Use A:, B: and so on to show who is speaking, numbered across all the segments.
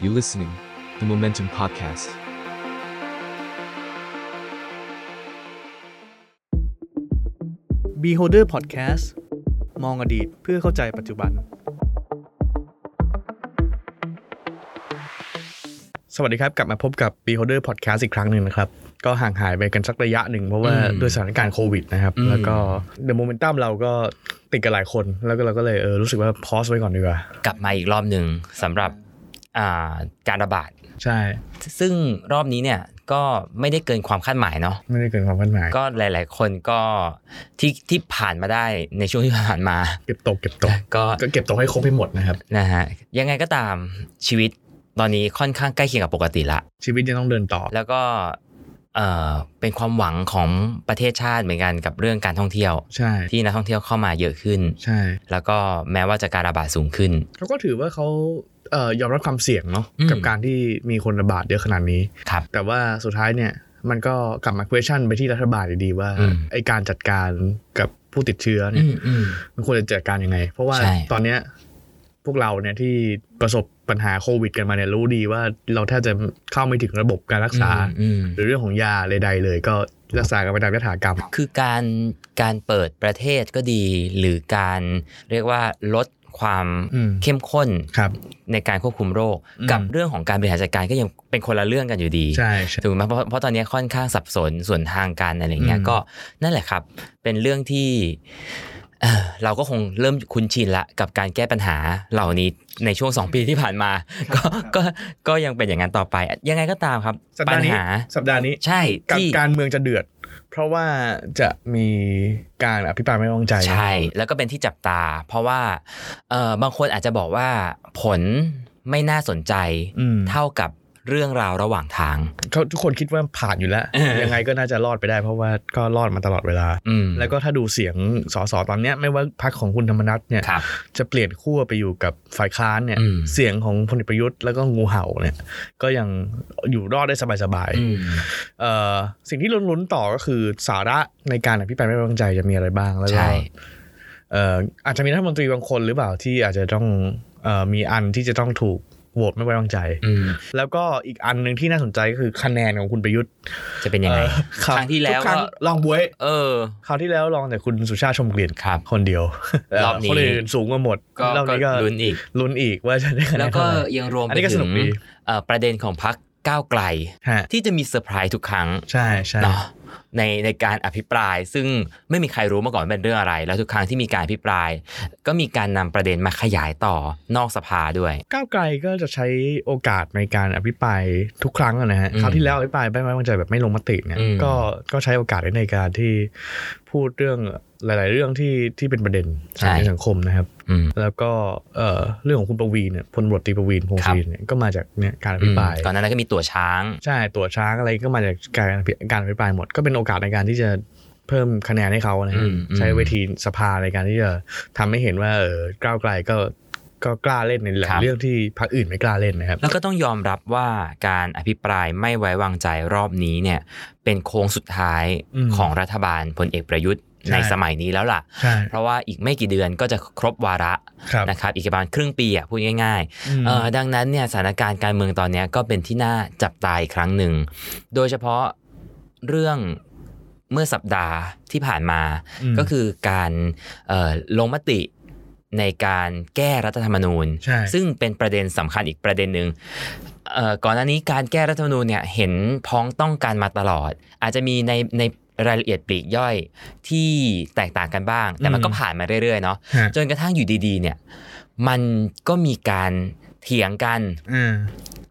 A: You listening, the Momentum Podcast.
B: บีโฮเดอร์พอดแคสต์มองอดีตเพื่อเข้าใจปัจจุบัน สวัสดีครับ กลับมาพบกับ Beholder Podcast อีกครั้งหนึ่งนะครับ ก็ห่างหายไปกันสักระยะหนึ่งเพราะว่า
C: อืม
B: ด้วยสถานการณ์โควิดนะครับ
C: อืม
B: แล้วก็เดอะโมเมนตัมเราก็ติดกันหลายคน แล้วก็เราก็เลยเออรู้สึกว่าพอสไว้ก่อนดีกว่า
C: กลับมาอีกรอบหนึ่งสำหรับอ่าการระบาด
B: ใช่
C: ซึ่งรอบนี้เนี่ยก็ไม่ได้เกินความคาดหมายเนาะ
B: ไม่ได้เกินความคาดหมาย
C: ก็หลาย ๆ คนก็ที่ที่ผ่านมาได้ในช่วงที่ผ่านมา
B: เก็บตกเก็บตก
C: ก็
B: ก็เก็บตกให้ครบให้หมดนะครับ
C: นะฮะยังไงก็ตามชีวิตตอนนี้ค่อนข้างใกล้เคียงกับปกติละ
B: ชีวิตยังต้องเดินต่อ
C: แล้วก็เอ่อเป็นความหวังของประเทศชาติเหมือนกันกับเรื่องการท่องเที่ยว
B: ใช่
C: ที่นักท่องเที่ยวเข้ามาเยอะขึ้น
B: ใช่
C: แล้วก็แม้ว่าจะการระบาดสูงขึ้น
B: เขาก็ถือว่าเขาเอ่อยอมรับความเสี่ยงเนาะ
C: อืม
B: กับการที่มีคนระบาดเยอะขนาดนี้
C: ครับ
B: แต่ว่าสุดท้ายเนี่ยมันก็กลับมา question ไปที่รัฐบาลอยู่ดีว่า
C: อืม
B: ไอการจัดการกับผู้ติดเชื้อ
C: อื
B: เนี่ย
C: มอืม
B: มันควรจะจัดการยังไง เพราะว่า
C: ใช่
B: ตอนเนี้ยพวกเราเนี่ยที่ประสบปัญหาโควิดกันมาเนี่ยรู้ดีว่าเราแทบจะเข้าไม่ถึงระบบการรักษา
C: อืม
B: หรือเรื่องของยาใดๆเลย ก็รักษากันไปตามยถากรรม
C: คือการการเปิดประเทศก็ดี หรือการเรียกว่าลดความ
B: อืม
C: เข้มข้น
B: ครับ
C: ในการควบคุมโรค
B: อืม
C: กับเรื่องของการบริหารจัดการก็ยังเป็นคนละเรื่องกันอยู่ดี
B: ใช่ใช่
C: ถูกไหมเพราะเพราะตอนนี้ค่อนข้างสับสนส่วนทางการอะไรอย่างเงี้ย
B: อืม
C: ก็นั่นแหละครับ เป็นเรื่องที่เอ่อเราก็คงเริ่มคุ้นชินละกับการแก้ปัญหาเหล่านี้ในช่วงสองปีที่ผ่านมาก็ก็ก็ยังเป็นอย่างนั้นต่อไป ยังไงก็ตามครับ
B: สัป
C: ปั
B: ดา
C: ญ
B: ห์นี้
C: หา
B: สัปดาห์นี้
C: ใช่
B: กับ
C: ที่
B: การเมืองจะเดือด เพราะว่าจะมีการอภิปรายไม่ไว้วางใจ
C: ใช่ แล้วก็เป็นที่จับตา เพราะว่าเอ่อบางคนอาจจะบอกว่าผลไม่น่าสนใจ
B: อืม
C: เท่ากับเรื่องราวระหว่างทาง
B: เขาทุกคนคิดว่าผ่านอยู่แล้ว
C: เออ
B: ยังไงก็น่าจะรอดไปได้ เพราะว่าก็รอดมาตลอดเวลา
C: อืม
B: แล้วก็ถ้าดูเสียงสสตอนเนี้ยไม่ว่าพักของคุณธรรมนัฐเนี่ย
C: ครับ
B: จะเปลี่ยนขั้วไปอยู่กับฝ่ายค้านเนี่ย
C: อืม
B: เสียงของพลเอกประยุทธ์แล้วก็งูเห่าเนี่ยก็ยังอยู่รอดได้สบาย
C: อืม
B: ๆเอ่อสิ่งที่ลุ้นๆต่อก็คือสาระในการอภิปรายไม่ไว้วางใจจะมีอะไรบ้างแล้ว
C: ใช่
B: ก็เอ่ออาจจะมีรัฐมนตรีบางคนหรือเปล่าที่อาจจะต้องเอ่อมีอันที่จะต้องถูกโหวตไม่ไว้วางใจ
C: อืม
B: แล้วก็อีกอันหนึ่งที่น่าสนใจก็คือคะแนนของคุณประยุทธ์
C: จะเป็นยังไง
B: เอ่อ
C: ครั้งที่แล้ว
B: กครั้ง
C: ก็
B: ลองบวย
C: เออ
B: คราวที่แล้วลองแต่คุณสุชาติชมกลิ่น
C: ครับ
B: คนเดียว
C: รอบนี้
B: เคนอื่นสูงกว่าหมด
C: ก็
B: รอบนี้ก็
C: ลุ้นอีก
B: ลุ้นอีกว่าจะได้คะแน
C: แล้ว
B: น
C: ก็
B: เท่าไหร่
C: ยังรวม
B: อัน
C: ไป
B: นี้ก็ส
C: ถึ
B: นุก
C: ง
B: ดี
C: เอ่อประเด็นของพักก้าวไกล
B: ฮะ
C: ที่จะมีเซอร์ไพรส์ทุกครั้ง
B: ใช่ใช่
C: เนาะในในการอภิปราย ซึ่งไม่มีใครรู้มาก่อนว่าเป็นเรื่องอะไร แล้วทุกครั้งที่มีการอภิปราย ก็มีการนำประเด็นมาขยายต่อนอกสภาด้วย
B: ก้าวไกลก็จะใช้โอกาสในการอภิปรายทุกครั้งอะนะฮะ
C: อืม
B: คราวที่แล้วอภิปรายไม่ไว้วางใจแบบไม่ลงมติเนี่ย
C: อืม
B: ก็ก็ใช้โอกาสในการที่พูดเรื่องหลาย ๆ เรื่องที่ที่เป็นประเด็นในสังคมนะครับ
C: อืม
B: แล้วก็เอ่อเรื่องของคุณประวีณเนี่ยพลตำรวจตรีประวีณพงษ์ศิรินเนี่ยก็มาจากเนี่ยการอภิปราย
C: ก่อนหนานั้นก็มีตัวช้าง
B: ใช่ตัวช้างอะไรก็มาจากการการอภิปรายหมด ก็เป็นโอกาสในการที่จะเพิ่มคะแนนให้เขานะฮะ
C: อืมอืม
B: ใช้เวทีสภาในการที่จะทำให้เห็นว่าเออก้าวไกลก็ก็กล้าเล่นในหลายเรื่องที่พรรคอื่นไม่กล้าเล่นนะครับ
C: แล้วก็ต้องยอมรับว่าการอภิปรายไม่ไว้วางใจรอบนี้เนี่ย เป็นโค้งสุดท้าย
B: อืม
C: ของรัฐบาลพลเอกประยุทธ์
B: ใช่
C: ในสมัยนี้แล้วล่ะ
B: ใช่
C: เพราะว่าอีกไม่กี่เดือนก็จะครบวาระ
B: ครับ
C: นะครับ อีกประมาณครึ่งปีอ่ะพูดง่ายๆเอ่อดังนั้นเนี่ยสถานการณ์การเมืองตอนเนี้ยก็เป็นที่น่าจับตาอีกครั้งหนึ่ง โดยเฉพาะเรื่องเมื่อสัปดาห์ที่ผ่านมา
B: ม
C: ก็คือการเอ่อลงมติในการแก้รัฐธรรมนูญ
B: ใช่
C: ซึ่งเป็นประเด็นสำคัญอีกประเด็นหนึ่งเอ่อก่อนหน้านี้การแก้รัฐธรรมนูญเนี่ยเห็นพ้องต้องการมาตลอด อาจจะมีในในรายละเอียดปลีกย่อยที่แตกต่างกันบ้าง แต่มันก็ผ่านมาเรื่อยๆเนาะ
B: ฮะ
C: จนกระทั่งอยู่ดีๆเนี่ยมันก็มีการเถียงกัน
B: อ่า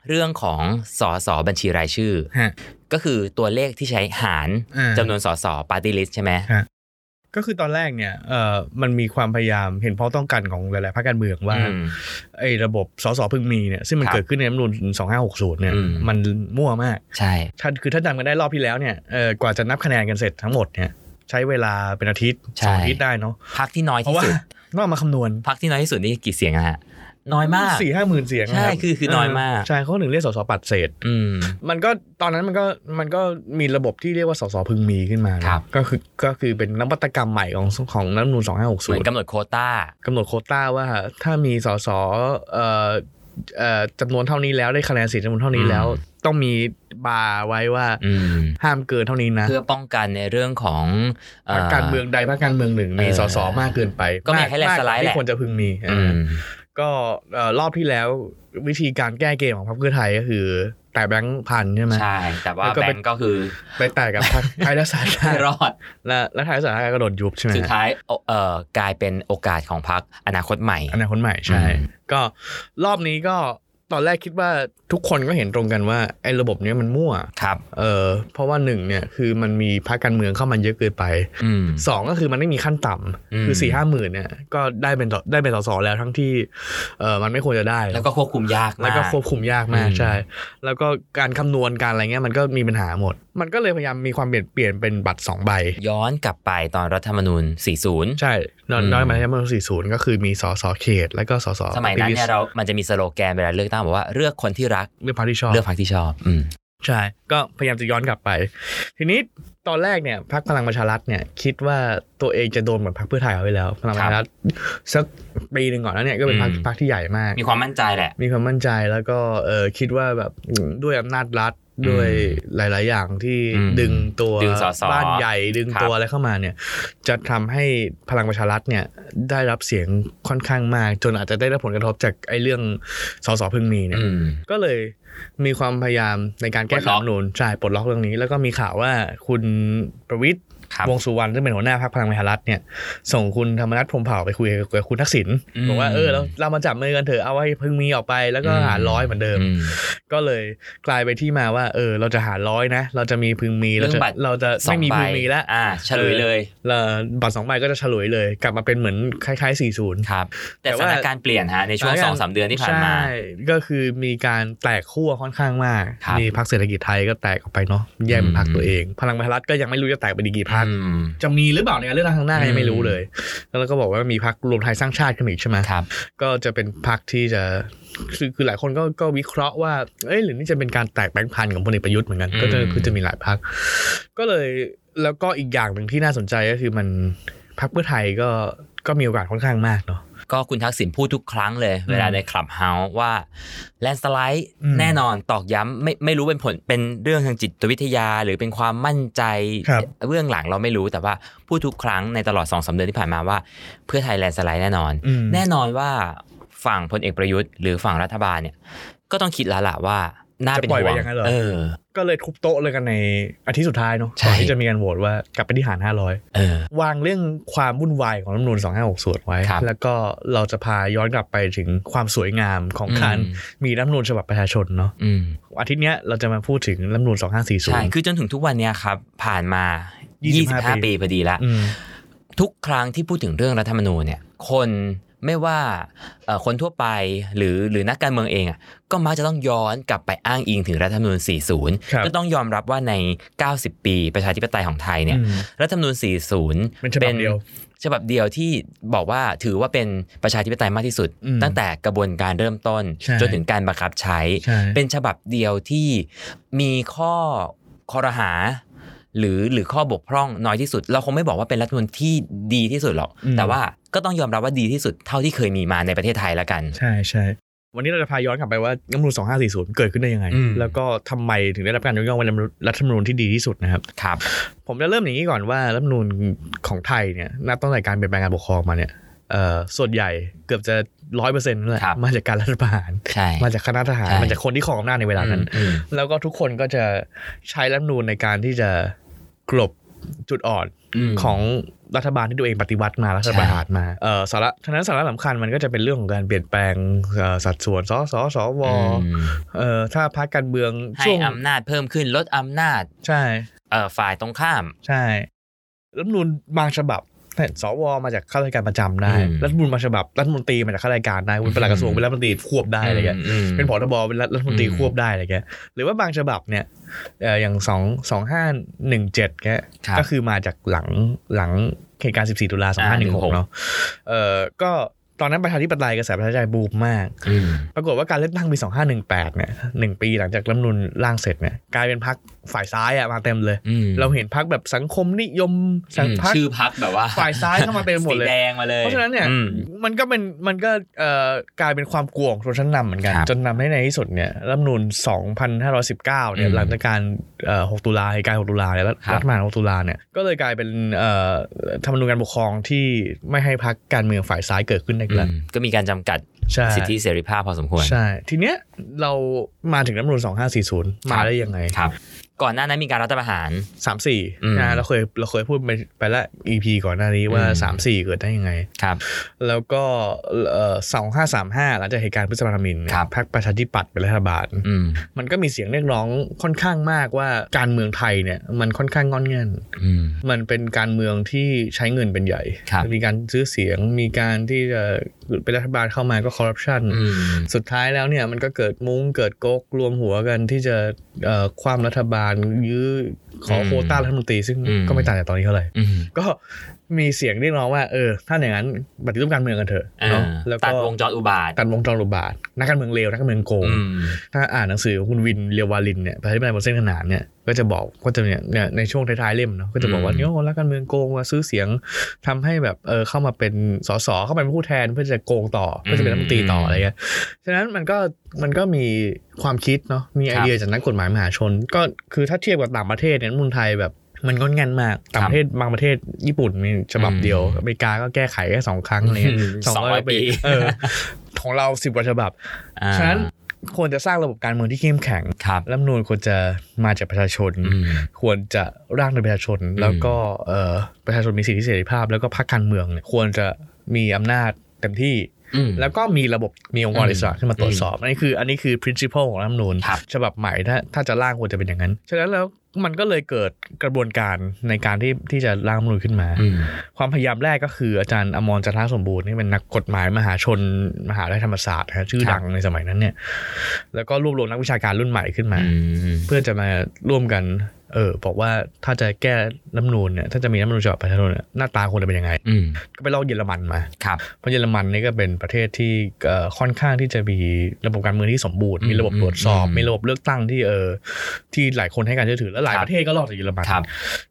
C: เรื่องของสสบัญชีรายชื่อ
B: ฮะ
C: ก็คือตัวเลขที่ใช้หาร
B: อ่า
C: จำนวนสสปาร์ตี้ลิสใช่ไหม
B: ก็คือตอนแรกเนี่ยเอ่อมันมีความพยายามเห็นพ้องต้องกันของหลาย ๆ พรรคการเมืองว่า
C: อืม
B: ไอ้ระบบสสพึงมีเนี่ยซึ่งมัน
C: ครับ
B: เกิดขึ้นในรัฐธรรมนูญ2560เนี่ย
C: อืม
B: มันมั่วมาก
C: ใช่
B: ถ้าคือถ้าจำกันได้รอบที่แล้วเนี่ยเออกว่าจะนับคะแนนกันเสร็จทั้งหมดเนี่ยใช้เวลาเป็นอาทิตย์
C: ใช่
B: สองอาทิตย์ได้เนาะ
C: พักที่น้อย
B: เพราะ
C: ที่
B: ว่า
C: สุด
B: ต้องเอามาคำนวณ
C: พักที่น้อยที่สุดนี่กี่เสียงอะฮะ น้อยมาก
B: สี่ห้าหมื่นเสียง
C: ใช่
B: นะรับ
C: คือคือน้อยมาก
B: ใช่เขาถึงเรียกสสปัดเศษ
C: อืม
B: มันก็ตอนนั้นมันก็มันก็มีระบบที่เรียกว่าสสพึงมีขึ้นมานะครับ ก็คือก็คือเป็นนวัตกรรมใหม่ของของรัฐธรรมนูล
C: เหมือน
B: 2560
C: กำหนดโควต้า
B: กำหนดโควต้าว่าถ้ามีสสเอ่อ เอ่อจำนวนเท่านี้แล้วได้คะแนนเสียงจำนวนเท่านี้แล้ว
C: อืม
B: ต้องมีบาร์ไว้ว่า
C: อืม
B: ห้ามเกินเท่านี้นะ
C: เพื่อป้องกันในเรื่องของ
B: พรรคการเมืองใดพรรคการเมืองหนึ่งมี
C: เออ
B: สสมากเกินไป
C: ก็ไม่ให้แลนด์สไลด์
B: มากกว่าที่
C: แหละ
B: ควรจะพึงมีเออ
C: อื
B: อ
C: ม
B: ก็เอ่อรอบที่แล้ววิธีการแก้เกมของพรรคเพื่อไทยก็คือ แต่แบงค์พันใช่ไหม
C: ใช่ แต่ว่า
B: แล้วก็
C: แบ
B: เป็น
C: งก์ก็คือ
B: ไปแต่กับ พรรคไทยรักษาชา
C: ไม่
B: ติ
C: รอด
B: และและไทยรักษาชาติก็โดนยุบใช่ไหม
C: สุดท้ายเอ่อเอ่อกลายเป็นโอกาสของพักอนาคตใหม่
B: อนาคตใหม่ใช่
C: อืม
B: ก็รอบนี้ก็ตอนแรกคิดว่าทุกคนก็เห็นตรงกันว่าไอ้ระบบเนี้ยมันมั่ว
C: ครับ
B: เออเพราะว่าหนึ่งเนี่ยคือมันมีพรรคการเมืองเข้ามาเยอะเกินไป
C: อืม
B: สองก็คือมันไม่มีขั้นต่ำ
C: อืม
B: คือสี่ห้าหมื่นเนี่ยก็ได้เป็นต่อได้เป็นสสแล้วทั้งที่เออมันไม่ควรจะได้
C: แล้วก็ควบคุมยากมาก
B: แล้วก็ควบคุมยากมาก
C: อืม
B: ใช่ แล้วก็การคำนวณการอะไรเงี้ยมันก็มีปัญหาหมด มันก็เลยพยายามมีความเปลี่ยนเปลี่ยนเป็นบัตร 2 ใบ
C: ย้อนกลับไปตอนรัฐธรรมนูญ 40
B: ใช่นอน
C: อืม
B: น้อยมาใช้มาตรา40 ก็คือมีสสเขต แล้วก็สส
C: สมัยนั้น
B: ปฏิวั
C: เนี่ย
B: ติ
C: เรา มันจะมีสโลแกนเวลาเลือกตั้งบอกว่าเลือกคนที่รัก
B: เรื่องพรรคที่ชอบ
C: เลือกพรรคที่ชอบ อืม
B: ใช่ ก็พยายามจะย้อนกลับไป ทีนี้ตอนแรกเนี่ยพรรคพลังประชารัฐเนี่ยคิดว่าตัวเองจะโดนเหมือนพรรคเพื่อไทยเอาไว้แล้ว พลังประชารัฐสักปีหนึ่งก่อนแล้วเนี่ยก็เป็นพรรค
C: อืม
B: พรรคที่ใหญ่มาก
C: มีความมั่นใจแหละ
B: มีความมั่นใจแล้วก็เออคิดว่าแบบอืมด้วยอำนาจรัฐด้วยหลาย ๆ อย่างที่
C: อืม
B: ดึงตัว
C: ดึงสส
B: บ้านใหญ่ดึง
C: ครับ
B: ตัวอะไรเข้ามาเนี่ย จะทำให้พลังประชารัฐเนี่ยได้รับเสียงค่อนข้างมาก จนอาจจะได้รับผลกระทบจากไอ้เรื่องสสพึงมีเนี่ย
C: อืม
B: ก็เลยมีความพยายามในการแก้ไข
C: ปลดล็
B: รัฐธรร
C: อก
B: มนูนใช่ปลดล็อกเรื่องนี้ แล้วก็มีข่าวว่าคุณประวิตย์
C: ครับ
B: วงษ์สุวรรณซึ่งเป็นหัวหน้าพรรคพลังประชารัฐเนี่ยส่งคุณธรรมนัฐพรหมเผ่าไปคุยกับคุณทักษิณ
C: อืม
B: บอกว่าเออเราเรามาจับมือกันเถอะเอาไว้พึงมีออกไปแล้วก็หารร้อยเหมือนเดิม
C: อืม
B: ก็เลยกลายไปที่มาว่า เออ เราจะหารร้อยนะ เราจะมีพึงมีเรา
C: เรื่
B: จะ
C: องบัตร
B: เราจะ
C: สอ
B: ไม่
C: ง
B: มี
C: ใบ
B: พึงมีแล้ว
C: อ่าเฉลยเลย
B: เราบัตรสองใบก็จะเฉลยเลย กลับมาเป็นเหมือนคล้ายๆ 40
C: ครับ แต่
B: แต่
C: ส
B: ว่า
C: ถานการณ์เปลี่ยนฮะ ในช่วงสองสามเดือนที่ผ่านมา
B: ใช่ก็คือมีการแตกขั้วค่อนข้างมาก
C: ครับ
B: มีพรรคเศรษฐกิจไทยก็แตกออกไปเนาะแยกเป็นพรรค
C: อืม
B: ตัวเอง พลังประชารัฐก็ยังไม่รู้จะแตกเป็นอีกกี่พรรค
C: อืม
B: จะมีหรือเปล่าในการเลือกตั้งข้างหน้ายังไม่รู้เลย แล้วเราก็บอกว่ามีพรรครวมไทยสร้างชาติขึ้นมาอีกใช่ไหม
C: ครับ
B: ก็จะเป็นพักที่จะคือคือหลายคนก็ก็วิเคราะห์ว่า เอ้ยหรือนี่จะเป็นการแตกแบงค์พันธุ์ของพลเอกประยุทธ์เหมือนกัน
C: อืม
B: ก็จะคือจะมีหลายพัก ก็เลยแล้วก็อีกอย่างหนึ่งที่น่าสนใจก็คือมันพักเพื่อไทยก็ก็มีโอกาสค่อนข้างมากเนาะ
C: ก็คุณทักษิณพูดทุกครั้งเลย เวลาในคลับเฮาส์ว่าแลนสไลด์
B: อืม
C: แน่นอนตอกย้ำไม่ไม่รู้เป็นผลเป็นเรื่องทางจิตวิทยา หรือเป็นความมั่นใจ
B: ครับ
C: เรื่องหลังเราไม่รู้แต่ว่าพูดทุกครั้งในตลอด2อสเดือนที่ผ่านมาว่า เพื่อไทยแลนสไลด์แน่นอน
B: อืม
C: แน่นอนว่าฝั่งพลเอกประยุทธ์หรือฝั่งรัฐบาลเนี่ย ก็ต้องคิดแล้วล่ะว่าน่าเป็น
B: จะปล่อย
C: ห่
B: ไป
C: วง
B: อย่างนั้นเหรอ
C: เออ
B: ก็เลยทุบโต๊ะเลยกันในอาทิตย์สุดท้ายเนาะก่
C: ใช่
B: อนที่จะมีการโหวตว่ากลับไปที่หาร 500
C: เออ
B: วางเรื่องความวุ่นวายของรัฐธรรมนูล256ส่วนไว้
C: ครับ
B: แล้วก็เราจะพาย้อนกลับไปถึงความสวยงามของการมีรัฐธรรมนูญฉบับประชาชนเนาะ
C: อืม
B: อาทิตย์เนี้ยเราจะมาพูดถึงรัฐธรรมนูล2540
C: ใช่ คือจนถึงทุกวันเนี้ยครับ ผ่านมา
B: 25
C: 25 ปีพอดีละ
B: อืม
C: ทุกครั้งที่พูดถึงเรื่องรัฐธรรมนูญเนี่ย คนไม่ว่าเอ่อคนทั่วไปหรือหรือนักการเมืองเองอ่ะ ก็มักจะต้องย้อนกลับไปอ้างอิงถึงรัฐธรรมนู
B: คร
C: ญ
B: ับ
C: 40 ก็ต้องยอมรับว่าใน 90 ปีประชาธิปไตยของไทยเนี่ย
B: อืม
C: รัฐธรรมนูญ 40
B: เป็นฉบับเดียว
C: ฉบับเดียวที่บอกว่าถือว่าเป็นประชาธิปไตยมากที่สุด
B: อืม
C: ตั้งแต่กระบวนการเริ่มต้น
B: ใช่
C: จนถึงการบังคับใช้
B: ใช่
C: เป็นฉบับเดียวที่มีข้อคอรหา หรือหรือข้อบกพร่องน้อยที่สุด เราคงไม่บอกว่าเป็นรัฐธรรมนูญที่ดีที่สุดหรอก แต่ว่าก็ต้องยอมรับว่าดีที่สุดเท่าที่เคยมีมาในประเทศไทยละกัน
B: ใช่ใช่วันนี้เราจะพาย้อนกลับไปว่ารัฐธรรมนูล2540 เกิดขึ้นได้ยังไง
C: อืม
B: แล้วก็ทำไมถึงได้รับการยกย่องว่าเป็นรัฐธรรมนูญที่ดีที่สุดนะครับ
C: ครับ
B: ผมจะเริ่มอย่างนี้ก่อนว่ารัฐธรรมนูญของไทยเนี่ยนับตั้งแต่การเปลี่ยนแปลงการปกครองมาเนี่ยเอ่อส่วนใหญ่เกือบจะร้อยเปอร์เซ็นต์นั่นแหละ
C: ครับ
B: มาจากการรัฐประหาร
C: ใช่
B: มาจากคณะทหาร
C: ใช่
B: มาจากคนที่ครองอำนาจในเวลานั้น
C: อืม
B: แล้วก็ทุกคนก็จะใช้รัฐธรรมนูญในการที่จะกลบจุดอ่อน
C: ม
B: ของรัฐบาลที่ตัวเองปฏิวัติมารัฐประหารมาเอ่อสาระฉะนั้นสาระสำคัญมันก็จะเป็นเรื่องของการเปลี่ยนแปลงเอ่อสัดส่วนสสสว
C: อืม
B: เอ่อถ้าพรรคการเมือง
C: ให้
B: ช่วง
C: อำนาจเพิ่มขึ้นลดอำนาจ
B: ใช่
C: เอ่อฝ่ายตรงข้าม
B: ใช่รัฐธรรมนูญบางฉบับแต่สวมาจากข้าราชการประจำได้
C: อืม
B: รัฐธรรมนูญบางฉบับรัฐมนตรีมาจากข้าราชการได้คุณเป็นหลักกระทรวง
C: อืม
B: เป็นรัฐมนตรีควบได้อะไรเงี้ย
C: ม
B: เป็นผอทบเป็นรัฐมนตรี
C: อืม
B: ควบได้อะไรเงี้ยหรือว่าบางฉบับเนี่ยเอ่ออย่างสองสองห้าหนึ่งเจ็ดเงี้ย
C: ครับ
B: ก็คือมาจากหลังหลังเหตุการณ์ 14 ตุลา
C: อ่า
B: 2516 เนาะ เอ่อ ก็ ตอนนั้นประชาธิปไตยกระแสประชาธิปไตยบูมมาก
C: อืม
B: ปรากฏว่าการเลือกตั้งปี 2518 เนี่ยหนึ่งปีหลังจากรัฐธรรมนุนร่างเสร็จเนี่ยกลายเป็นพักฝ่ายซ้ายอะมาเต็มเลย
C: อืม
B: เราเห็นพักแบบสังคมนิยมสังพรรค
C: ชื่อพักแบบว่า
B: ฝ่ายซ้ายเข้ามาเต็มไปหมดเล
C: สี
B: ย
C: แดงมาเลย
B: เพราะฉะนั้นเนี่ย
C: อืม
B: มันก็เป็นมันก็เอ่อกลายเป็นความกลัวของชนชั้นนำเหมือนกัน
C: ครับ
B: จนนำให้ในที่สุดเนี่ยรัฐธรรมนูน2519เนี่ย
C: อืม
B: หลังจากการเอ่อ6ตุลาเหตุการณ์6ตุลาเนี่ยรัฐ
C: ครับ
B: รัฐประหาร6ตุลาเนี่ยก็เลยกลายเป็นเอ่อธรรมนูญการปกครองที่ไม่ให้พรรคการเมืองฝ่ายซ้ายเกิดขึ้นได้อีกแล้ว
C: อืมก็มีการจำกัด
B: ใช่
C: สิทธิเสรีภาพพอสมควร
B: ใช่ ทีเนี้ยเรามาถึงรัฐธรรมนูน2540
C: ครั
B: มา
C: บ
B: ได้ยังไง
C: ครับ ก่อนหน้านั้นมีการรัฐประหาร อืม
B: 34นะเราเคยเราเคยพูดไปไปละ EP ก่อนหน้านี้ว่า
C: อืม
B: 34 เกิดได้ยังไง
C: ครับ
B: แล้วก็สองห้าสามห้าหลังจากเหตุการณ์พฤษภาธมินเนี่ย
C: ครับ
B: พรรคประชาธิปัตย์เป็นรัฐบาล
C: อืม
B: มันก็มีเสียงเรียกร้องค่อนข้างมากว่าการเมืองไทยเนี่ยมันค่อนข้างงอนเงิน
C: อืม
B: มันเป็นการเมืองที่ใช้เงินเป็นใหญ่
C: ครับ
B: มีการซื้อเสียง มีการที่จะเป็นรัฐบาลเข้ามาก็คอร์รัปชัน
C: อืม
B: สุดท้ายแล้วเนี่ยมันก็เกิดมุ้งเกิดก๊กรวมหัวกันที่จะเอ่อความรัฐบาลยื้อขออ
C: ม
B: โควต้ารัฐมนตรีซึ่ง
C: อืม
B: ก็ไม่ต่างจากตอนนี้เท่าไหร่
C: อืม
B: ก็มีเสียงเรียกร้องว่าเออถ้าอย่างนั้นปฏิรูปการเมืองกันเถอะ
C: อ่า
B: เนาะแล้ว
C: ตั
B: ก็
C: ดวงจรอุบาท
B: ตัดวงจรอุบาทนักการเมืองเลวนักการเมืองโกง
C: อืม
B: ถ้าอ่านหนังสือของคุณวินเรียววาลินเนี่ยประชาธิปไตยบนเส้นขนานเนี่ยก็จะบอกก็จะเนี่ยเนี่ยในช่วงท้ายๆเล่มเนาะก็จะบอกว่า
C: อืม
B: เนี่ยนักการเมืองโกงมาซื้อเสียงทำให้แบบเออเข้ามาเป็นสสเข้ามาเป็นผู้แทนเพื่อจะโกงต่อเพื่อจะเป็นรัฐมนตรีต่ออะไรเงี้ยฉะนั้นมันก็มันก็มีความคิดเนาะมีไอเดียจากนักกฎหมายมหาชน ก็คือถ้าเทียบกับต่างประเทศเนี่ยรัฐธรรมนุนไทยแบบ มันงอนงันมาก ต่างประเทศบางประเทศญี่ปุ่นมีฉบับเดียว
C: อืม
B: อเมริกาก็แก้ไขแค่สองครั้งอะไรเลย
C: 200ปี
B: เออ ของเราสิบกว่าฉบับ
C: อ่า
B: ฉะนั้นควรจะสร้างระบบการเมืองที่เข้มแข็ง
C: ครับ
B: รัฐธรรมนูญควรจะมาจากประชาชน
C: อืม
B: ควรจะร่างโดยประชาชน แล้วก็เอ่อประชาชนมีสิทธิเสรีภาพ แล้วก็พรรคการเมืองเนี่ยควรจะมีอำนาจเต็มที่
C: อืม
B: แล้วก็มีระบบมีองค์กร
C: อืม
B: อิสระขึ้นมาตรวจสอบอันนี้คืออันนี้คือ principle ของรัฐธรรมนูญ
C: ครับ
B: ฉบับใหม่ถ้าถ้าจะร่างควรจะเป็นอย่างนั้น ฉะนั้นแล้วมันก็เลยเกิดกระบวนการในการที่ที่จะร่างรัฐธรรมนูญขึ้นมา
C: อืม
B: ความพยายามแรกก็คืออาจารย์อมรจันทรสมบูรณ์นี่เป็นนักกฎหมายมหาชน มหาวิทยาลัยธรรมศาสตร์นะฮะชื่อ
C: ครับ
B: ดังในสมัยนั้นเนี่ยแล้วก็รวบรวมนักวิชาการรุ่นใหม่ขึ้นมา
C: อืม
B: เพื่อจะมาร่วมกันเออบอกว่าถ้าจะแก้รัฐธรรมนูญเนี่ยถ้าจะมีรัฐธรรมนูญฉบับประชาชนเนี่ยหน้าตาควรจะเป็นยังไง
C: อืม
B: ก็ไปลอกเยอรมันมา
C: ครับ
B: เพราะเยอรมันนี่ก็เป็นประเทศที่เอ่อค่อนข้างที่จะมีระบบการเมืองที่สมบูรณ์
C: อืม
B: มีระบบตรวจสอบ
C: อืม
B: มีระบบเลือกตั้งที่เออที่หลายคนให้การเชื่อถือและหลาย
C: ครับ
B: ประเทศก็ลอกจากเยอรมัน
C: ครับ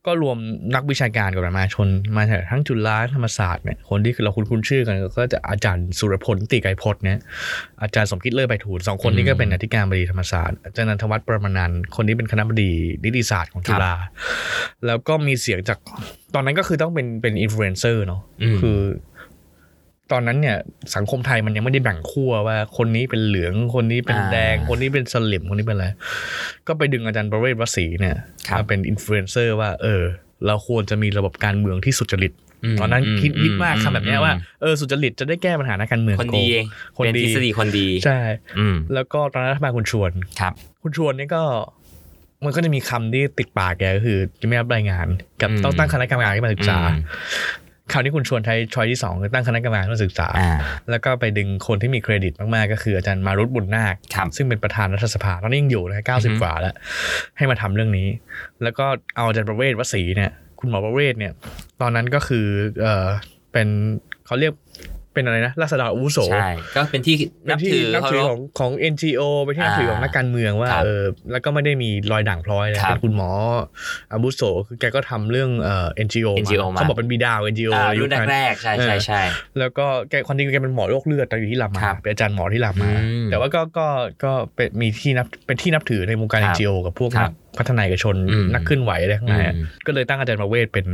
B: ก็รวมนักวิชาการกับประชาชนมาจากทั้งจุฬาธรรมศาสตร์เนี่ยคนที่เราคุ้นคุ้นชื่อกันก็จะอาจารย์สุรพลตีไกรพจน์เนี่ยอาจารย์สมคิดเลิศไปถูนสองคนนี้ก็เป็นอธิการบดีธรรมศาสตร์อาจารย์นันทวัฒน์ประมานันท์คนนี้เป็นคณะบดีนิติศาสตร์ของจุฬาแล้วก็มีเสียงจากตอนนั้นก็คือต้องเป็นเป็นอินฟลูเอนเซอร์เนาะ
C: อืม
B: คือตอนนั้นเนี่ยสังคมไทยมันยังไม่ได้แบ่งขั้วว่าคนนี้เป็นเหลืองคนนี้เป็น
C: อ่า
B: แดง คนนี้เป็นสลิมคนนี้เป็นอะไร ก็ไปดึงอาจารย์ประเวศวสีเนี่ย
C: ครับ
B: มาเป็นอินฟลูเอนเซอร์ว่า เออ เราควรจะมีระบบการเมืองที่สุจริต
C: ม
B: ตอนนั้นคิด
C: อื
B: คิดมากคำแบบเนี้ยว่าเออสุจริตจะได้แก้ปัญหาทางการเมือง
C: คนดี
B: โกง คน
C: เป็น
B: ดี
C: ทฤษฎีคนดี
B: ใช่
C: อืม
B: แล้วก็ตอนนั้นรัฐบาลคุณชวน
C: ครับ
B: คุณชวนเนี่ยก็มันก็จะมีคำที่ติดปากแกก็คือจะไม่รับรายงาน กับ
C: อืม
B: ต้องตั้งคณะกรรมการขึ้นมาศึกษา
C: อืม
B: คราวนี้คุณชวนใช้ช้อยที่สองคือตั้งคณะกรรมการขึ้นมาศึกษา
C: อ่า
B: แล้วก็ไปดึงคนที่มีเครดิตมาก ๆ ก็คืออาจารย์มารุตบุญนาค
C: ครับ
B: ซึ่งเป็นประธานรัฐสภาตอนนี้ยังอยู่นะ
C: อือฮึ
B: 90 กว่าแล้ว ให้มาทำเรื่องนี้ แล้วก็เอาอาจารย์ประเวศวสีเนี่ย คุณหมอประเวศเนี่ย ตอนนั้นก็คือเออเป็นเขาเรียกเป็นอะไรนะรัษฎรอาวุโส
C: ใช่ ก็เป็นที่
B: เป็
C: นั
B: น
C: บ
B: ที่
C: ถือ
B: นับ
C: เคา
B: ถือ
C: ร
B: ข
C: พ
B: องของ NGO ไปนที่นับถือของนักการเมืองว่า
C: ครับ
B: เออแล้วก็ไม่ได้มีรอยด่างพร้อยนะครับเป็นคุณหมออาบุโสคือแกก็ทำเรื่องเอ่อ NGO มา
C: NGO มา
B: เขาบอกเป็นบีดาว NGO
C: อ่า
B: อะไร
C: รุ่
B: ยุ
C: น
B: คนั้น
C: แรกๆใช่ใช่ใช่
B: แล้วก็แกความจริงแกเป็นหมอโรคเลือดแต่อยู่ที่รามา
C: ครับ
B: เป็นอาจารย์หมอที่รามา
C: อืม
B: แต่ว่าก็ก็ก็เป็นมีที่นับเป็นที่นับถือในวงการ
C: ครับ
B: NGO กับพวก
C: ครั
B: นั
C: บ
B: กพัฒนาเอกชน
C: อืม
B: นักเคลื่อนไหวอะไรทั้งหลายอะ
C: อืม
B: ก็เลยตั้งอาจารย์ประเวศเป็น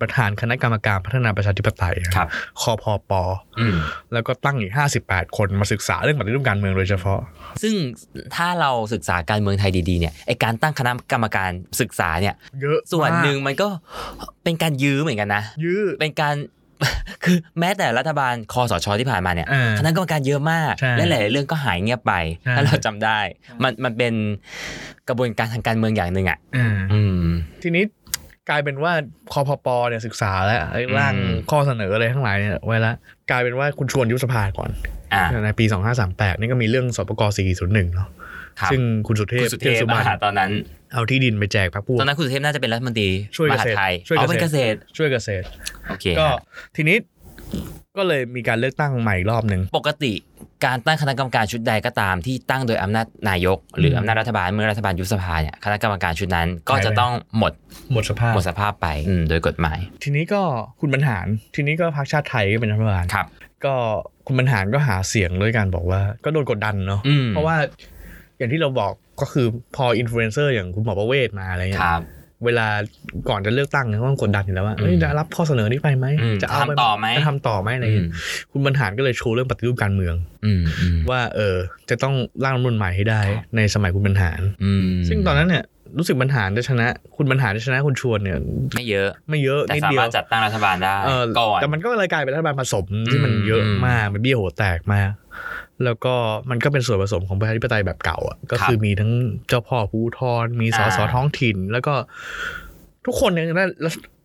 B: ประธานคณะกรรมการพัฒนาประชาธิปไตย
C: ครับ
B: คอพอปอ
C: อืม
B: แล้วก็ตั้งอีก 58 คนมาศึกษาเรื่องปฏิรูปการเมืองโดยเฉพาะ
C: ซึ่งถ้าเราศึกษาการเมืองไทยดีๆเนี่ยไอการตั้งคณะกรรมการศึกษาเนี่ย
B: เยอะ
C: ส่วน
B: มาก
C: หนึ่งมันก็เป็นการยื้อเหมือนกันนะ
B: ยื้อ
C: เป็นการ คือแม้แต่รัฐบาลคอสชที่ผ่านมาเนี่ย
B: อ่า
C: คณะกรรมการเยอะมาก
B: ใช่
C: และหลายๆเรื่องก็หายเงียบไป
B: ใช่
C: ถ้าเราจำได้ มันมันเป็นกระบวนการทางการเมืองอย่างหนึ่งอ่ะ
B: อ่า
C: อืม
B: ทีนี้กลายเป็นว่าคอพปเนี่ยศึกษาแล้วไอ้ร่าง
C: อืม
B: ข้อเสนออะไรทั้งหลายเนี่ยไว้แล้วกลายเป็นว่าคุณชวนยุบสภาก่อน
C: อ่า
B: ในปี 2538 นี่ก็มีเรื่องสปก401 เนาะ
C: ครับ
B: ซึ่งคุณสุเท
C: คุ
B: พ
C: ณสุเท
B: ทื
C: พ
B: อกสุบร
C: มาร
B: ณ
C: ตอนนั้น
B: เอาที่ดินไปแจกพรรคพวก
C: ตอนนั้นคุณสุเทพน่าจะเป็นรัฐมนตรี
B: ช่วย
C: ม
B: เกษตร
C: หาดไทย
B: ช่วยเกษตร
C: อ๋อเป็นเกษตร
B: ช่วยเกษตร
C: โอเค
B: ก็
C: ครับ
B: ทีนี้ ก็เลยมีการเลือกตั้งใหม่อีกรอบหนึ่ง
C: ปกติการตั้งคณะกรรมการชุดใดก็ตามที่ตั้งโดยอำนาจนายก หรืออำนาจรัฐบาลเมื่อรัฐบาลยุบสภาเนี่ยคณะกรรมการชุดนั้นก็จะต้องหมด
B: หมดสภาพ
C: หมดสภาพไปอืมโดยกฎหมาย
B: ทีนี้ก็คุณบรรหาร ทีนี้ก็พรรคชาติไทยก็เป็นรัฐบาล
C: ครับ
B: ก็คุณบรรหารก็หาเสียงด้วยการบอกว่า ก็โดนกดดันเนาะ
C: อืม
B: เพราะว่าอย่างที่เราบอกก็คือพออินฟลูเอนเซอร์อย่างคุณหมอประเวศมาอะไรเงี้
C: ค
B: ย
C: รับ
B: เวลาก่อนจะเลือกตั้งเนี่ยก็ต้องกดดันอยู่แล้วว่าเอ้ย
C: อืม
B: จะรับข้อเสนอนี้ไปไหม
C: อืม
B: จะเอาป
C: จะทำต่อไหม
B: จะทำต่อไหมอะไร
C: อืม
B: เงี้ยคุณบรรหารก็เลยชูเรื่องปฏิรูปการเมือง
C: อืมอืม
B: ว่าเออจะต้องร่างรัฐธรรมนูญใหม่ให้ได้ในสมัยคุณบรรหาร
C: อืม
B: ซึ่งตอนนั้นเนี่ยรู้สึกบรรหารจะชนะ คุณบรรหารจะชนะคุณชวนเนี่ย
C: ไม่เยอะ
B: ไม่เยอะ
C: แต่
B: นิด
C: สา
B: เดียว
C: มารถจัดตั้งรัฐบาลได้
B: เออ
C: ก่อน
B: แต่มันก็เลยกลายเป็นรัฐบาลผสมที่มัน
C: อืม
B: เยอะ
C: อืม
B: มากมันเบี้ยหัวแตกมาก แล้วก็มันก็เป็นส่วนผสมของประชาธิปไตยแบบเก่าอ่ะก็
C: ครับ
B: คือมีทั้งเจ้าพ่อผู้ทอนมีส
C: อ่า
B: สท้องถิ่น แล้วก็ทุกคนยังได้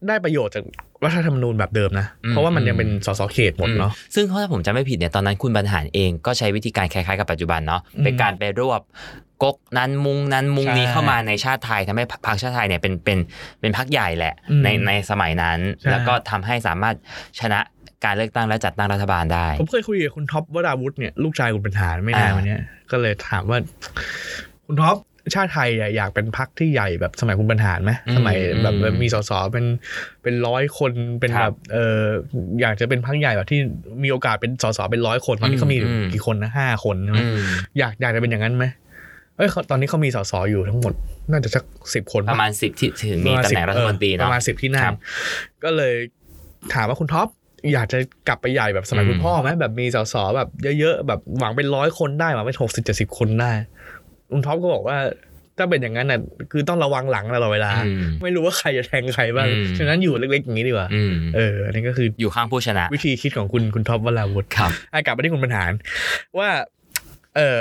B: ได้ประโยชน์จากรัฐธรรมนูญแบบเดิมนะ เพราะว่ามันยังเป็นสสเขตหมดเนาะ
C: ซึ่งถ้าผมจำไม่ผิดเนี่ยตอนนั้นคุณบรรหารเองก็ใช้วิธีการคล้ายๆกับปัจจุบันเนาะ
B: อืม
C: เป็นการไปรวบก๊กนั้นมุงนั้นมุงนี้
B: ใช่
C: เข้ามาในชาติไทยทำให้พรรคชาติไทยเนี่ยเป็นเป็นเป็นพรรคใหญ่แหละ
B: อืม
C: ในในสมัยนั้น
B: ใช่
C: แล้วก็ทำให้สามารถชนะการเลือกตั้งและจัดตั้งรัฐบาลได้
B: ผมเคยคุยกับคุณท็อปวราวุธเนี่ยลูกชายคุณบรรหารไม่นาน
C: อ่า
B: มาเนี้ยก็เลยถามว่า คุณท็อปชาติไทยอะอยากเป็นพรรคที่ใหญ่แบบสมัยคุณบรรหารไหมสมัยแบบแบบมีสสเป็นเป็นร้อยคนเป็นแบบเอออยากจะเป็นพรรคใหญ่แบบที่มีโอกาสเป็นสสเป็นร้อยคนตอนนี้เขามีอยู่กี่คนนะห้าคนใช่ไหม
C: อืม
B: อยากอยากจะเป็นอย่างนั้นไหมเอ้ยเขาตอนนี้เขามีสสอยู่ทั้งหมด น่าจะสักสิบคน
C: ป
B: ปะ
C: ระมาณสิบที่ถึงมีตำแหน่งรัฐมนตรี
B: ป
C: เนาะ
B: ระมาณสิบที่นั่
C: ครั
B: ง
C: บ
B: ก็เลยถามว่าคุณท็อป อยากจะกลับไปใหญ่แบบสมัย
C: อืม
B: คุณพ่อไหมแบบมีสสแบบเยอะๆแบบหวังเป็นร้อยคนได้หวังเป็นหกสิบเจ็ดสิบคนได้ คุณท็อปก็บอกว่า ถ้าเป็นอย่างนั้นน่ะคือต้องระวังหลังตลอดเวลา
C: อืม
B: ไม่รู้ว่าใครจะแทงใครบ้าง
C: อืม
B: ฉะนั้นอยู่เล็กๆอย่างนี้ดีกว่า
C: อืม
B: เอออันนี้ก็คือ
C: อยู่ข้างผู้ชนะ
B: วิธีคิดของคุณคุณท็อปวราวุธ
C: ครับ
B: อ่ะกลับมาที่คุณบรรหาร ว่าเออ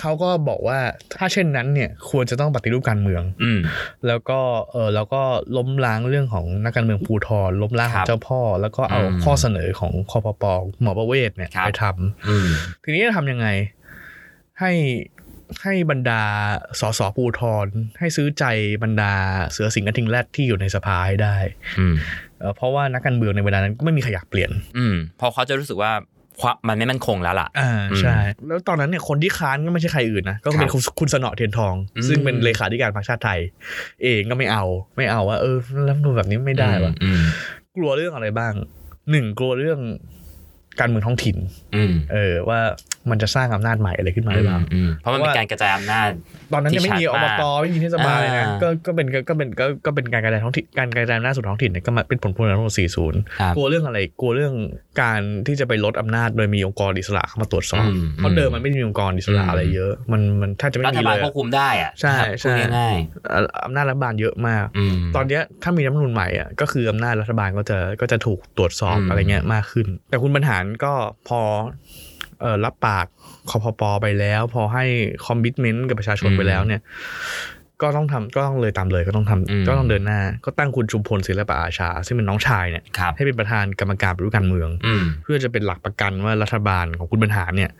B: เขาก็บอกว่าถ้าเช่นนั้นเนี่ย ควรจะต้องปฏิรูปการเมือง
C: อืม
B: แล้วก็เออแล้วก็ล้มล้างเรื่องของนักการเมืองภูทรล้มล้างข
C: ค
B: อ
C: รั
B: ง
C: บ
B: เจ้าพ่อ แล้วก็เอา
C: อืม
B: ข้อเสนอของคอปปหมอประเวศเนี่ย
C: ครับ
B: ไปทำ
C: อืม
B: ทีนี้จะทำยังไง ให้ให้บรรดาสสภูทรให้ซื้อใจบรรดาเสือสิงห์กระทิงแรดที่อยู่ในสภาให้ได้
C: อืม
B: เอ่อเพราะว่านักการเมืองในเวลานั้นก็ไม่มีใครอยากเปลี่ยน
C: อืมเพอเขาจะรู้สึกว่าความมันไม่มั่นคงแล้วล่ะ
B: อ่า
C: อืม
B: ใช่ แล้วตอนนั้นเนี่ยคนที่ค้านก็ไม่ใช่ใครอื่นนะก็เป็น
C: ครับ
B: คุณคุณสนอเทียนทอง
C: อืม
B: ซึ่งเป็นเลขาธิการพรรคชาติไทย เองก็ไม่เอาไม่เอาว่าเออรัฐธรรมนูญแบบนี้ไม่ได้ว่ะ
C: อืม
B: กลัวเรื่องอะไรบ้างหนึ่งกลัวเรื่องการเมืองท้องถิ่น
C: อืม
B: เออว่ามันจะสร้างอำนาจใหม่อะไรขึ้นมาหรือเปล่า
C: อืมเพราะมันเป็นการกระจายอำนาจ
B: ตอนนั้นยังไม่มี
C: ที่
B: อ
C: ชัด
B: บ
C: มาก
B: ตไม่มีเทศบาลเลยนะ
C: อ่า
B: ก็ก็เป็นก็เป็นก็ก็เป็นการกระจายท้องถิ่นการกระจายอำนาจสู่ท้องถิ่นเนี่ยก็มาเป็นผลพวงจากรัฐธรรมนูญ
C: ครับ
B: 40 กลัวเรื่องอะไรกลัวเรื่องการที่จะไปลดอำนาจโดยมีองค์กรอิสระเข้ามาตรวจสอบ
C: อืม
B: เพราะเดิมมันไม่มีองค์กรอิสระอะไรเยอะ มันมันถ้าจะไม่
C: รัฐ
B: มี
C: บา
B: เล
C: ล
B: ย
C: ควบคุมได้อะ
B: ใช่
C: ครับ
B: ใช่
C: พูดง่าย
B: อ่ะอำนาจรัฐบาลเยอะมาก
C: ๆอืม
B: ตอนเนี้ยถ้ามีรัฐธรรมนูญใหม่อ่ะก็คืออำนาจรัฐบาลก็จะก็จะถูกตรวจสอบ
C: อืม
B: อะไรเงี้ยมากขึ้น แต่คุณบรรหารก็พอเออรับปากคอพปไปแล้ว พอให้คอมมิชเมนต์กับประชาชนไปแล้วเนี่ย ก็ต้องทำก็ต้องเลยตามเลยก็ต้องทำก็ต้องเดินหน้า ก็ตั้งคุณชุมพลศิลปะอาชา ซึ่งเป็นน้องชายเนี่ย
C: ครับ
B: ให้เป็นประธานกรรมการปฏิรูปการเมือง
C: อืม
B: เพื่อจะเป็นหลักประกันว่ารัฐบาลของคุณบรรหารเนี่ย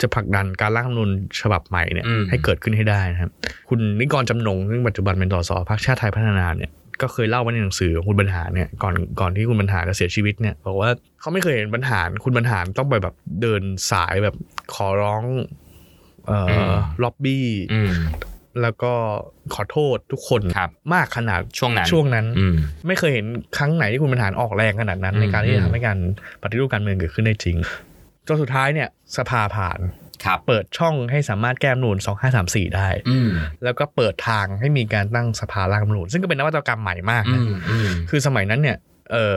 B: จะผลักดันการร่างรัฐธรรมนูญฉบับใหม่เนี่ย
C: อืม
B: ให้เกิดขึ้นให้ได้นะครับ คุณนิกรจำนงซึ่งปัจจุบันเป็นสสพรรคชาติไทยพัฒนาเนี่ยก็เคยเล่าไว้ในหนังสือของคุณบรรหารเนี่ยก่อนก่อนที่คุณบรรหารจะเสียชีวิตเนี่ยบอกว่าเขาไม่เคยเห็นบรรหารคุณบรรหารต้องไปแบบเดินสายแบบขอร้องเอ่ออล็อบบี้
C: อืม
B: แล้วก็ขอโทษทุกคน
C: ครับ
B: มากขนาด
C: ช่วงนั้น
B: ช่วงนั้น
C: อืม
B: ไม่เคยเห็นครั้งไหนที่คุณบรรหารออกแรงขนาดนั้น
C: อืม
B: ในการที่จะทำให้การปฏิรูปการเมืองเกิดขึ้นได้จริงจนสุดท้ายเนี่ยสภาผ่าน
C: ครับ
B: เปิดช่องให้สามารถแก้รัฐธรรมนูน2534 ได้
C: อืม
B: แล้วก็เปิดทางให้มีการตั้งสภาร่างรัฐธรรมนูนซึ่งก็เป็นนวัตกรรมใหม่มาก
C: อื
B: นะ
C: มอืม
B: คือสมัยนั้นเนี่ยเออ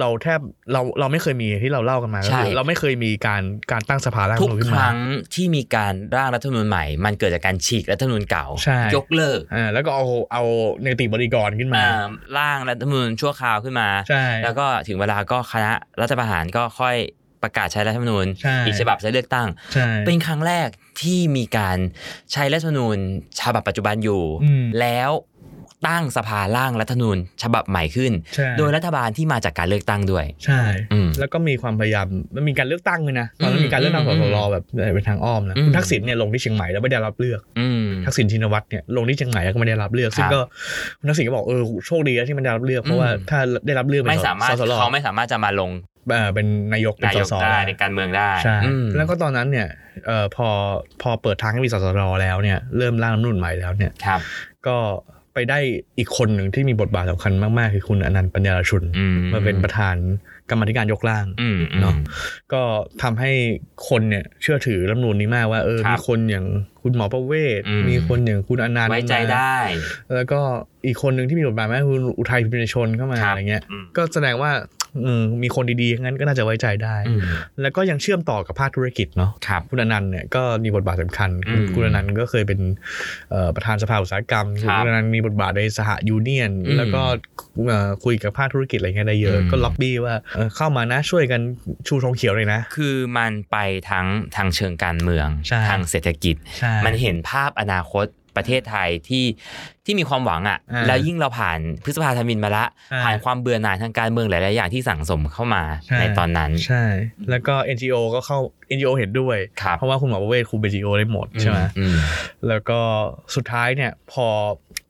B: เราแทบเราเราไม่เคยมีที่เราเล่ากันมาก็
C: ใช่
B: คือเราไม่เคยมีการการตั้งสภาร่างรัฐธ
C: ทุ
B: รรม
C: ก
B: นูนขึ้
C: คน
B: มา
C: รั้งที่มีการร่างรัฐธรรมนูญใหม่ มันเกิดจากการฉีกรัฐธรรมนูญเก่า
B: ใช่
C: ยกเลิก
B: อ่าแล้วก็เอาเอาเนติบริกรขึ้นมา
C: อ่าร่างรัฐธรรมนูญชั่วคราวขึ้นมา
B: ใช่
C: แล้วก็ถึงเวลาก็คณะรัฐประหารก็ค่อยประกาศใช้รัฐธรรมนูญ
B: ใช่
C: อีกฉบับใช้เลือกตั้ง
B: ใช่
C: เป็นครั้งแรกที่มีการใช้รัฐธรรมนูญฉบับปัจจุบันอยู่
B: อืม
C: แล้วตั้งสภาร่างรัฐธรรมนูญฉบับใหม่ขึ้น
B: ใช่
C: โดยรัฐบาลที่มาจากการเลือกตั้งด้วย
B: ใช่
C: อืม
B: แล้วก็มีความพยายามมันมีการเลือกตั้งเลยนะตอนนั้นมีการเลือกตั้งส
C: อื
B: ส
C: ม
B: รแบบเป็นทางอ้อมนะ
C: อืม
B: คุณทักษิณเนี่ยลงที่เชียงใหม่แล้วไม่ได้รับเลือก
C: อืม
B: ทักษิณชินวัตรเนี่ยลงที่เชียงใหม่แล้วก็ไม่ได้รับเลือก ซึ่งก็คุณทักษิณก็บอกเออโชคดีนะที่มันได้รับเลือกเพราะว่า
C: อืม
B: ถ้าได้รับเลือกเป็น
C: ไม่สามารถ
B: สสร
C: เขาไม่สามารถจะมาลง
B: เอ่อเป็นนายกเป็น
C: นา
B: ส
C: ยก
B: ส
C: ได้ในการเมืองได้
B: ใช่
C: อืม
B: แล้วก็ตอนนั้นเนี่ยเอ่อพอพอเปิดทางให้มีสสรแล้วเนี่ยเริ่มร่างรัฐธรรมนูญใหม่แล้วเนี่ย
C: ครับ
B: ก็ไปได้อีกคนหนึ่งที่มีบทบาทสำคัญมากๆ คือคุณอนันต์ปัญญาลชุน
C: อืม
B: มาเป็นประธานกรรมาธิการยกร่าง
C: อืมอืม
B: เนอะ ก็ทำให้คนเนี่ยเชื่อถือรัฐธรรมนูลนี้มากว่าเออ
C: ครับ
B: มีคนอย่างคุณหมอประเวศ
C: อืม
B: มีคนอย่างคุณอนันต์
C: ไว้ใจได้
B: แล้วก็อีกคนหนึ่งที่มีบทบาทมากคือคุณอุทัยพิมพ์ชนเข้ามา
C: ครับ
B: อะไรเงี้ย
C: อืม
B: ก็แสดงว่าอืมมีคนดีๆงั้นก็น่าจะไว้ใจได้
C: อืม
B: แล้วก็ยังเชื่อมต่อกับภาคธุรกิจเนาะ
C: ครับ
B: คุณอนันต์เนี่ยก็มีบทบาทสำคัญ
C: อืม
B: คุณอนันต์ก็เคยเป็นเอ่อประธานสภาอุตสาหกรรม
C: ครับ
B: คุณอนันต์มีบทบาทในสหยูเนียน
C: อืม
B: แล้วก็เอ่อคุยกับภาคธุรกิจอะไรเงี้ยได้เยอะ
C: อืม
B: ก็ล็อบบี้ว่าเออเข้ามานะช่วยกันชูธงเขียวเลยนะ
C: คือมันไปทั้งทางเชิงการเมือง
B: ใช่
C: ทางเศรษฐกิจ
B: ใช่
C: มันเห็นภาพอนาคตประเทศไทยที่ที่มีความหวังอะ่ะ
B: อ่า
C: แล้วยิ่งเราผ่านพฤษภาธมินมาละ
B: ใช่
C: ผ่านความเบื่อหน่ายทางการเมืองหลาย ๆ อย่างที่สั่งสมเข้ามา
B: ใช่
C: ในตอนนั้น
B: ใช่ แล้วก็ NGO ก็เข้า NGO เห็นด้วย
C: ครับ
B: เพราะว่าคุณหมอประเวศคุม NGO ได้หมดใช่ไหม
C: อือื
B: แล้วก็สุดท้ายเนี่ยพอ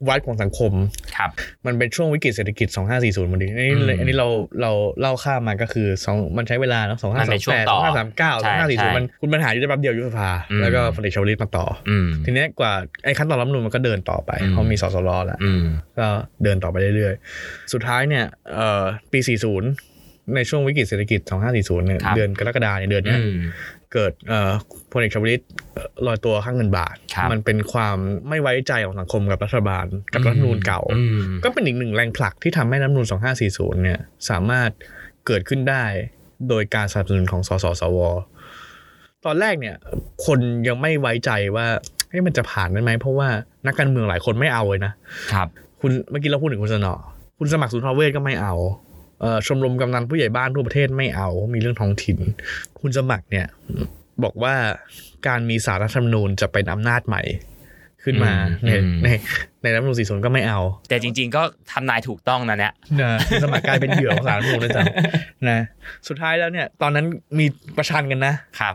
B: วัดของสังคม
C: ครับ
B: มันเป็นช่วงวิกฤตเศรษฐกิจ 2540มันดีอันนี้
C: อืม
B: อันนี้เราเราเล่าข้ามมาก็คือสองมันใช้เวลาเนาะ
C: มั
B: 2538
C: นเป็นช่วงต่อ
B: 2539
C: ใช่ใช่
B: 2540มันคุณปัญหาอยู่ได้แป๊บเดียวยุบสภา
C: อืม
B: แล้วก็พลเอกชวลิตมาต่ออ
C: อืม
B: ทีเนี้ยกว่าไอ้ขั้นตอนรัฐธรรมนูลมันก็เดินต่อไป
C: อืม
B: เพราะมีสสรแล้ว
C: อืม
B: ก็เดินต่อไปเรื่อยๆ สุดท้ายเนี่ยเอ่อปี 40 ในช่วงวิกฤตเศรษฐกิจ 2540เนี่ย
C: ครับ
B: เดือนกรกฎาเนี่ยเดือนเนี้ย
C: อืม
B: เกิดเอ่อพลเอกชวลิตเอ่อลอยตัวข้างเงินบาท
C: ครับ
B: มันเป็นความไม่ไว้ใจของสังคมกับรัฐบาล กับรัฐธรรมนูญเก่า
C: อืม
B: ก็เป็นอีกหนึ่งแรงผลักที่ทำให้รัฐธรรมนูล2540 เนี่ย สามารถเกิดขึ้นได้โดยการสนับสนุนของสสสว ตอนแรกเนี่ย คนยังไม่ไว้ใจว่าเฮ้ยมันจะผ่านได้ไหม เพราะว่านักการเมืองหลายคนไม่เอาเลยนะ
C: ครับ
B: คุณเมื่อกี้เราพูดถึงคุณสนอ คุณสมัครศูนย์ทรเวศก็ไม่เอาเอ่อชมรมกำนันผู้ใหญ่บ้านทั่วประเทศไม่เอา มีเรื่องท้องถิ่น คุณสมัครเนี่ย บอกว่าการมีสารรัฐธรรมนูญจะเป็นอำนาจใหม่ ขึ้นมา
C: อื
B: ใน
C: มอืม
B: ในในรัฐธรรมนูญ40ก็ไม่เอา
C: แต่จริง ๆ ก็ทำนายถูกต้องนะเนี่ย
B: นะ สมัครกลายเป็นเหยื่อของสารรัฐธรรมนูล นะจ๊ะนะสุดท้ายแล้วเนี่ย ตอนนั้นมีประชันกันนะ
C: ครับ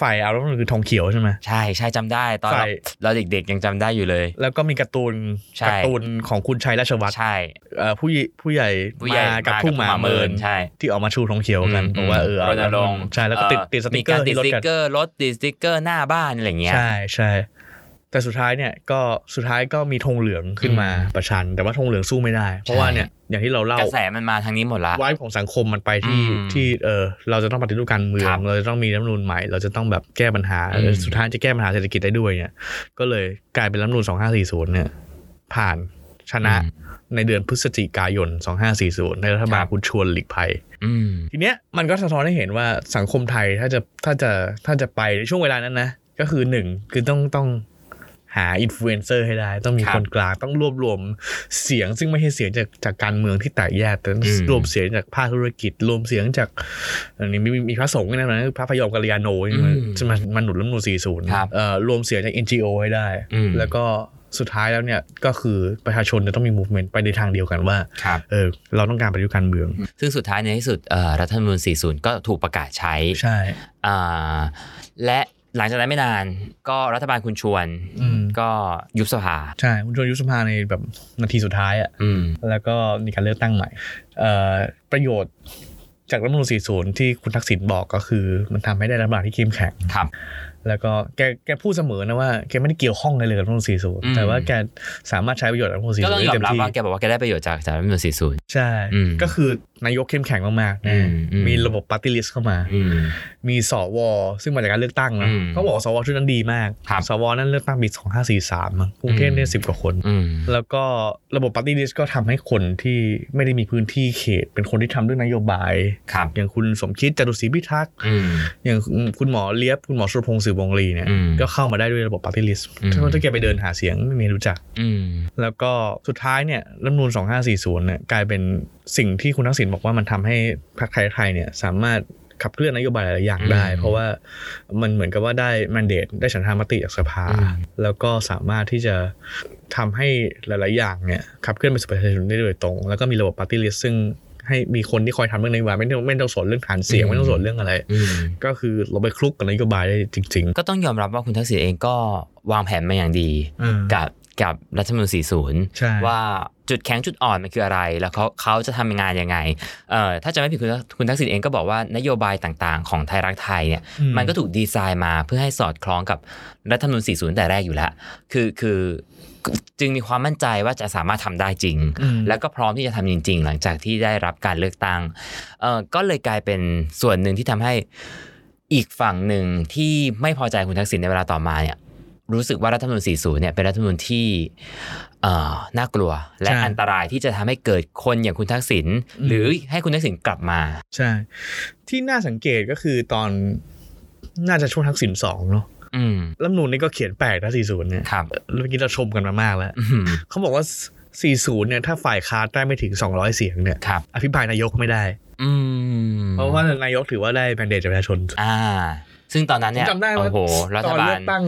B: ฝ่ายเอารัฐธรรมนูลคือทองเขียวใช่ไหม
C: ใช่ใช่จำได้ตอนเรา
B: ใช่
C: เราเด็ก ๆ ยังจำได้อยู่เลย
B: แล้วก็มีการ์ตูน
C: ใช่
B: การ์ตูนของคุณชัยราชวัตร
C: ใช่
B: เอ่อผู้ใหญ่ผู้ใหญ่
C: ผู้ใหญ่
B: มากับทุ่งหมาเมิน
C: ใช่
B: ที่ออกมาชูทองเขียวกันบอกว่าเออ
C: รณรงค์
B: ใช่แล้วก็ติด
C: เอ่อ
B: ติดสติ๊กเก
C: มีา
B: อร์
C: ติด
B: ที่รถ
C: สติ๊
B: กั
C: ก
B: น
C: เกอร์รถติดสติ๊กเกอร์หน้าบ้านอะไรอย่างเงี้ย
B: ใช่ใช่แต่สุดท้ายเนี่ยก็สุดท้ายก็มีธงเหลืองขึ้นมาประชัน แต่ว่าธงเหลืองสู้ไม่ได้ เพราะว่าเนี่ยอย่างที่เราเล่า
C: กระแสมันมาทางนี้หมดละ
B: วายของสังคมมันไปที่
C: อืม
B: ที่เออเราจะต้องปฏิรูปการเมือง
C: ครับ
B: เราจะต้องมีรัฐธรรมนูญใหม่ เราจะต้องแบบแก้ปัญหา
C: อืม
B: สุดท้ายจะแก้ปัญหาเศรษฐกิจได้ด้วยเนี่ยก็เลยกลายเป็นรัฐธรรมนูญ2540เนี่ยผ่านชนะในเดือนพฤศจิกายน 2540 ในรัฐบาลคุณชวนหลีกภัย
C: อืม
B: ทีเนี้ยมันก็สะท้อนให้เห็นว่าสังคมไทยถ้าจะถ้าจะถ้าจะไปในช่วงเวลานั้นนะ ก็คือหนึ่งคือต้องต้องหาอินฟลูเอนเซอร์ให้ได้ ต้องมี
C: ครับ
B: คนกลางต้องรวบรวมเสียงซึ่งไม่ใช่เสียงจากจากการเมืองที่แตกแยกแต่
C: อืม
B: รวมเสียงจากภาคธุรกิจ รวมเสียงจากอันนี้มีมีมีพระสงฆ์นะนะพระพยอมกัลยาโนใช่ไหมจะมามาหนุนรัฐธรรมนูล40
C: ครับ
B: เอ่อรวมเสียงจาก NGO ให้ได้
C: อืม
B: แล้วก็สุดท้ายแล้วเนี่ยก็คือประชาชนจะต้องมีมูฟเมนต์ไปในทางเดียวกันว่า
C: ครับ
B: เออเราต้องการปฏิรูปการเมือง
C: ซึ่งสุดท้ายในที่สุดเอ่อรัฐธรรมนูญ 40 ก็ถูกประกาศใช้
B: ใช่
C: อ่าและหลังจากนั้นไม่นานก็รัฐบาลคุณชวน
B: อืม
C: ก็ยุบสภา
B: ใช่คุณชวนยุบสภาในแบบนาทีสุดท้ายอะ่ะ
C: อืม
B: แล้วก็มีการเลือกตั้งใหม่เอ่อประโยชน์จากรัฐธรรมนูล40 ที่คุณทักษิณบอกก็คือ มันทำให้ได้รัฐบาลที่เข้มแข็ง
C: ครับ
B: แล้วก็แกแกพูดเสมอนะว่าแกไม่ได้เกี่ยวข้องอะไรเลยกับรัฐธรรมนูล
C: อื
B: 40
C: ม
B: แต่ว่าแกสามารถใช้ประโยชน์จากรัฐธรรมนูล40
C: ก็ต้องย
B: ได้
C: อม
B: เต็ม
C: รับ
B: ที่
C: ว่าแกบอกว่าแกได้ประโยชน์จากจากรัฐธรรมนูญ 40
B: ใช่
C: อืม
B: ก็คือนายกเข้มแข็งมากๆนะ
C: อืมอืม
B: มีระบบปาร์ตี้ลิสต์เข้ามา
C: อืม
B: มีสวซึ่งมาจากการเลือกตั้งนะ
C: อืม
B: เขาบอกว่าสวชุดนั้นดีมาก
C: ครับ
B: สวนั้นเลือกตั้งปี2543มั้งกรุงเทพเนี่ย
C: อืม
B: สิบกว่าคน
C: อืม
B: แล้วก็ระบบปาร์ตี้ลิสก็ทำให้คนที่ไม่ได้มีพื้นที่เขต เป็นคนที่ทำเรื่องนโยบาย
C: ครับ
B: อย่างคุณสมคิดจตุศรีพิทักษ์
C: อืม
B: อย่างคุณหมอเลียบ คุณหมอสุรพงศ์สืบวงลีเนี่ย
C: อืม
B: ก็เข้ามาได้ด้วยระบบปาร์ตี้ลิส
C: อืม
B: ถ้าถ้าแกไปเดินหาเสียงไม่มีรู้จัก
C: อืม
B: แล้วก็สุดท้ายเนี่ยรัฐธรรมนูล2540เนี่ยกลายเป็นสิ่งที่คุณทักษิณบอกว่ามันทำให้พรรคไทยรักไทยเนี่ยสามารถขับเคลื่อนนโยบายหลายๆอย่างได้
C: อืม
B: เพราะว่ามันเหมือนกับว่าได้ mandate ได้ฉันทามติจากสภา
C: อืม
B: แล้วก็สามารถที่จะทำให้หลาย ๆ อย่างเนี่ยขับเคลื่อนไปสู่ประชาชนได้โดยตรง แล้วก็มีระบบ party list ซึ่งให้มีคนที่คอยทำเรื่องนโยบายไม่ต้องไม่ต้องสนเรื่องฐานเสียงไม่ต้องสนเรื่องอะไร
C: อืม
B: ก็คือเราไปคลุกกับนโยบายได้จริง
C: ก็ต้องยอมรับว่าคุณทักษิณเองก็วางแผนมาอย่างดี
B: อืม
C: กับ กับรัฐธรรมนูญ
B: ใช่
C: 40 ว่าจุดแข็งจุดอ่อนมันคืออะไร แล้วเขาเขาจะทำงานยังไงเอ่อถ้าจะไม่ผิดคุณคุณทักษิณเองก็บอกว่านโยบายต่างๆ ของไทยรักไทยเนี่ย
B: อื
C: มันก็ถูกดีไซน์มาเพื่อให้สอดคล้องกับรัฐธรรมนูญ40 แต่แรกอยู่แล้ว คือคือจึงมีความมั่นใจว่าจะสามารถทำได้จริง
B: อืม
C: แล้วก็พร้อมที่จะทำจริง ๆ หลังจากที่ได้รับการเลือกตั้งเอ่อก็เลยกลายเป็นส่วนหนึ่งที่ทำให้อีกฝั่งหนึ่งที่ไม่พอใจคุณทักษิณในเวลาต่อมาเนี่ยรู้สึกว่ารัฐธรรมนูญ40 เนี่ยเป็นรัฐธรรมนูญที่เอ่อน่ากลัว และ
B: ใช่
C: อันตรายที่จะทำให้เกิดคนอย่างคุณทักษิณ
B: อืม
C: หรือให้คุณทักษิณกลับมา
B: ใช่ ที่น่าสังเกตก็คือตอนน่าจะช่วงทักษิณสองเนาะ
C: อืม
B: รัฐธรรมนูนนี่ก็เขียนแปลกนะสี่ศูนย์เนี่ย
C: ครับ
B: แล้วเมื่อกี้เราชมกันมามากแล้ว
C: อืม
B: เขาบอกว่า 40 เนี่ย ถ้าฝ่ายค้านได้ไม่ถึง 200 เสียงเนี่ย
C: ครับ
B: อภิปรายนายกไม่ได้
C: อืม
B: เพราะว่านายกถือว่าได้แมนเดตจากประชาชน
C: อ่า ซึ่งตอนนั้นเนี่ย
B: จำได้ว่า
C: โอ้โหรั
B: ต
C: ฐ
B: อน
C: บา
B: เลื
C: ล
B: อกตั้ง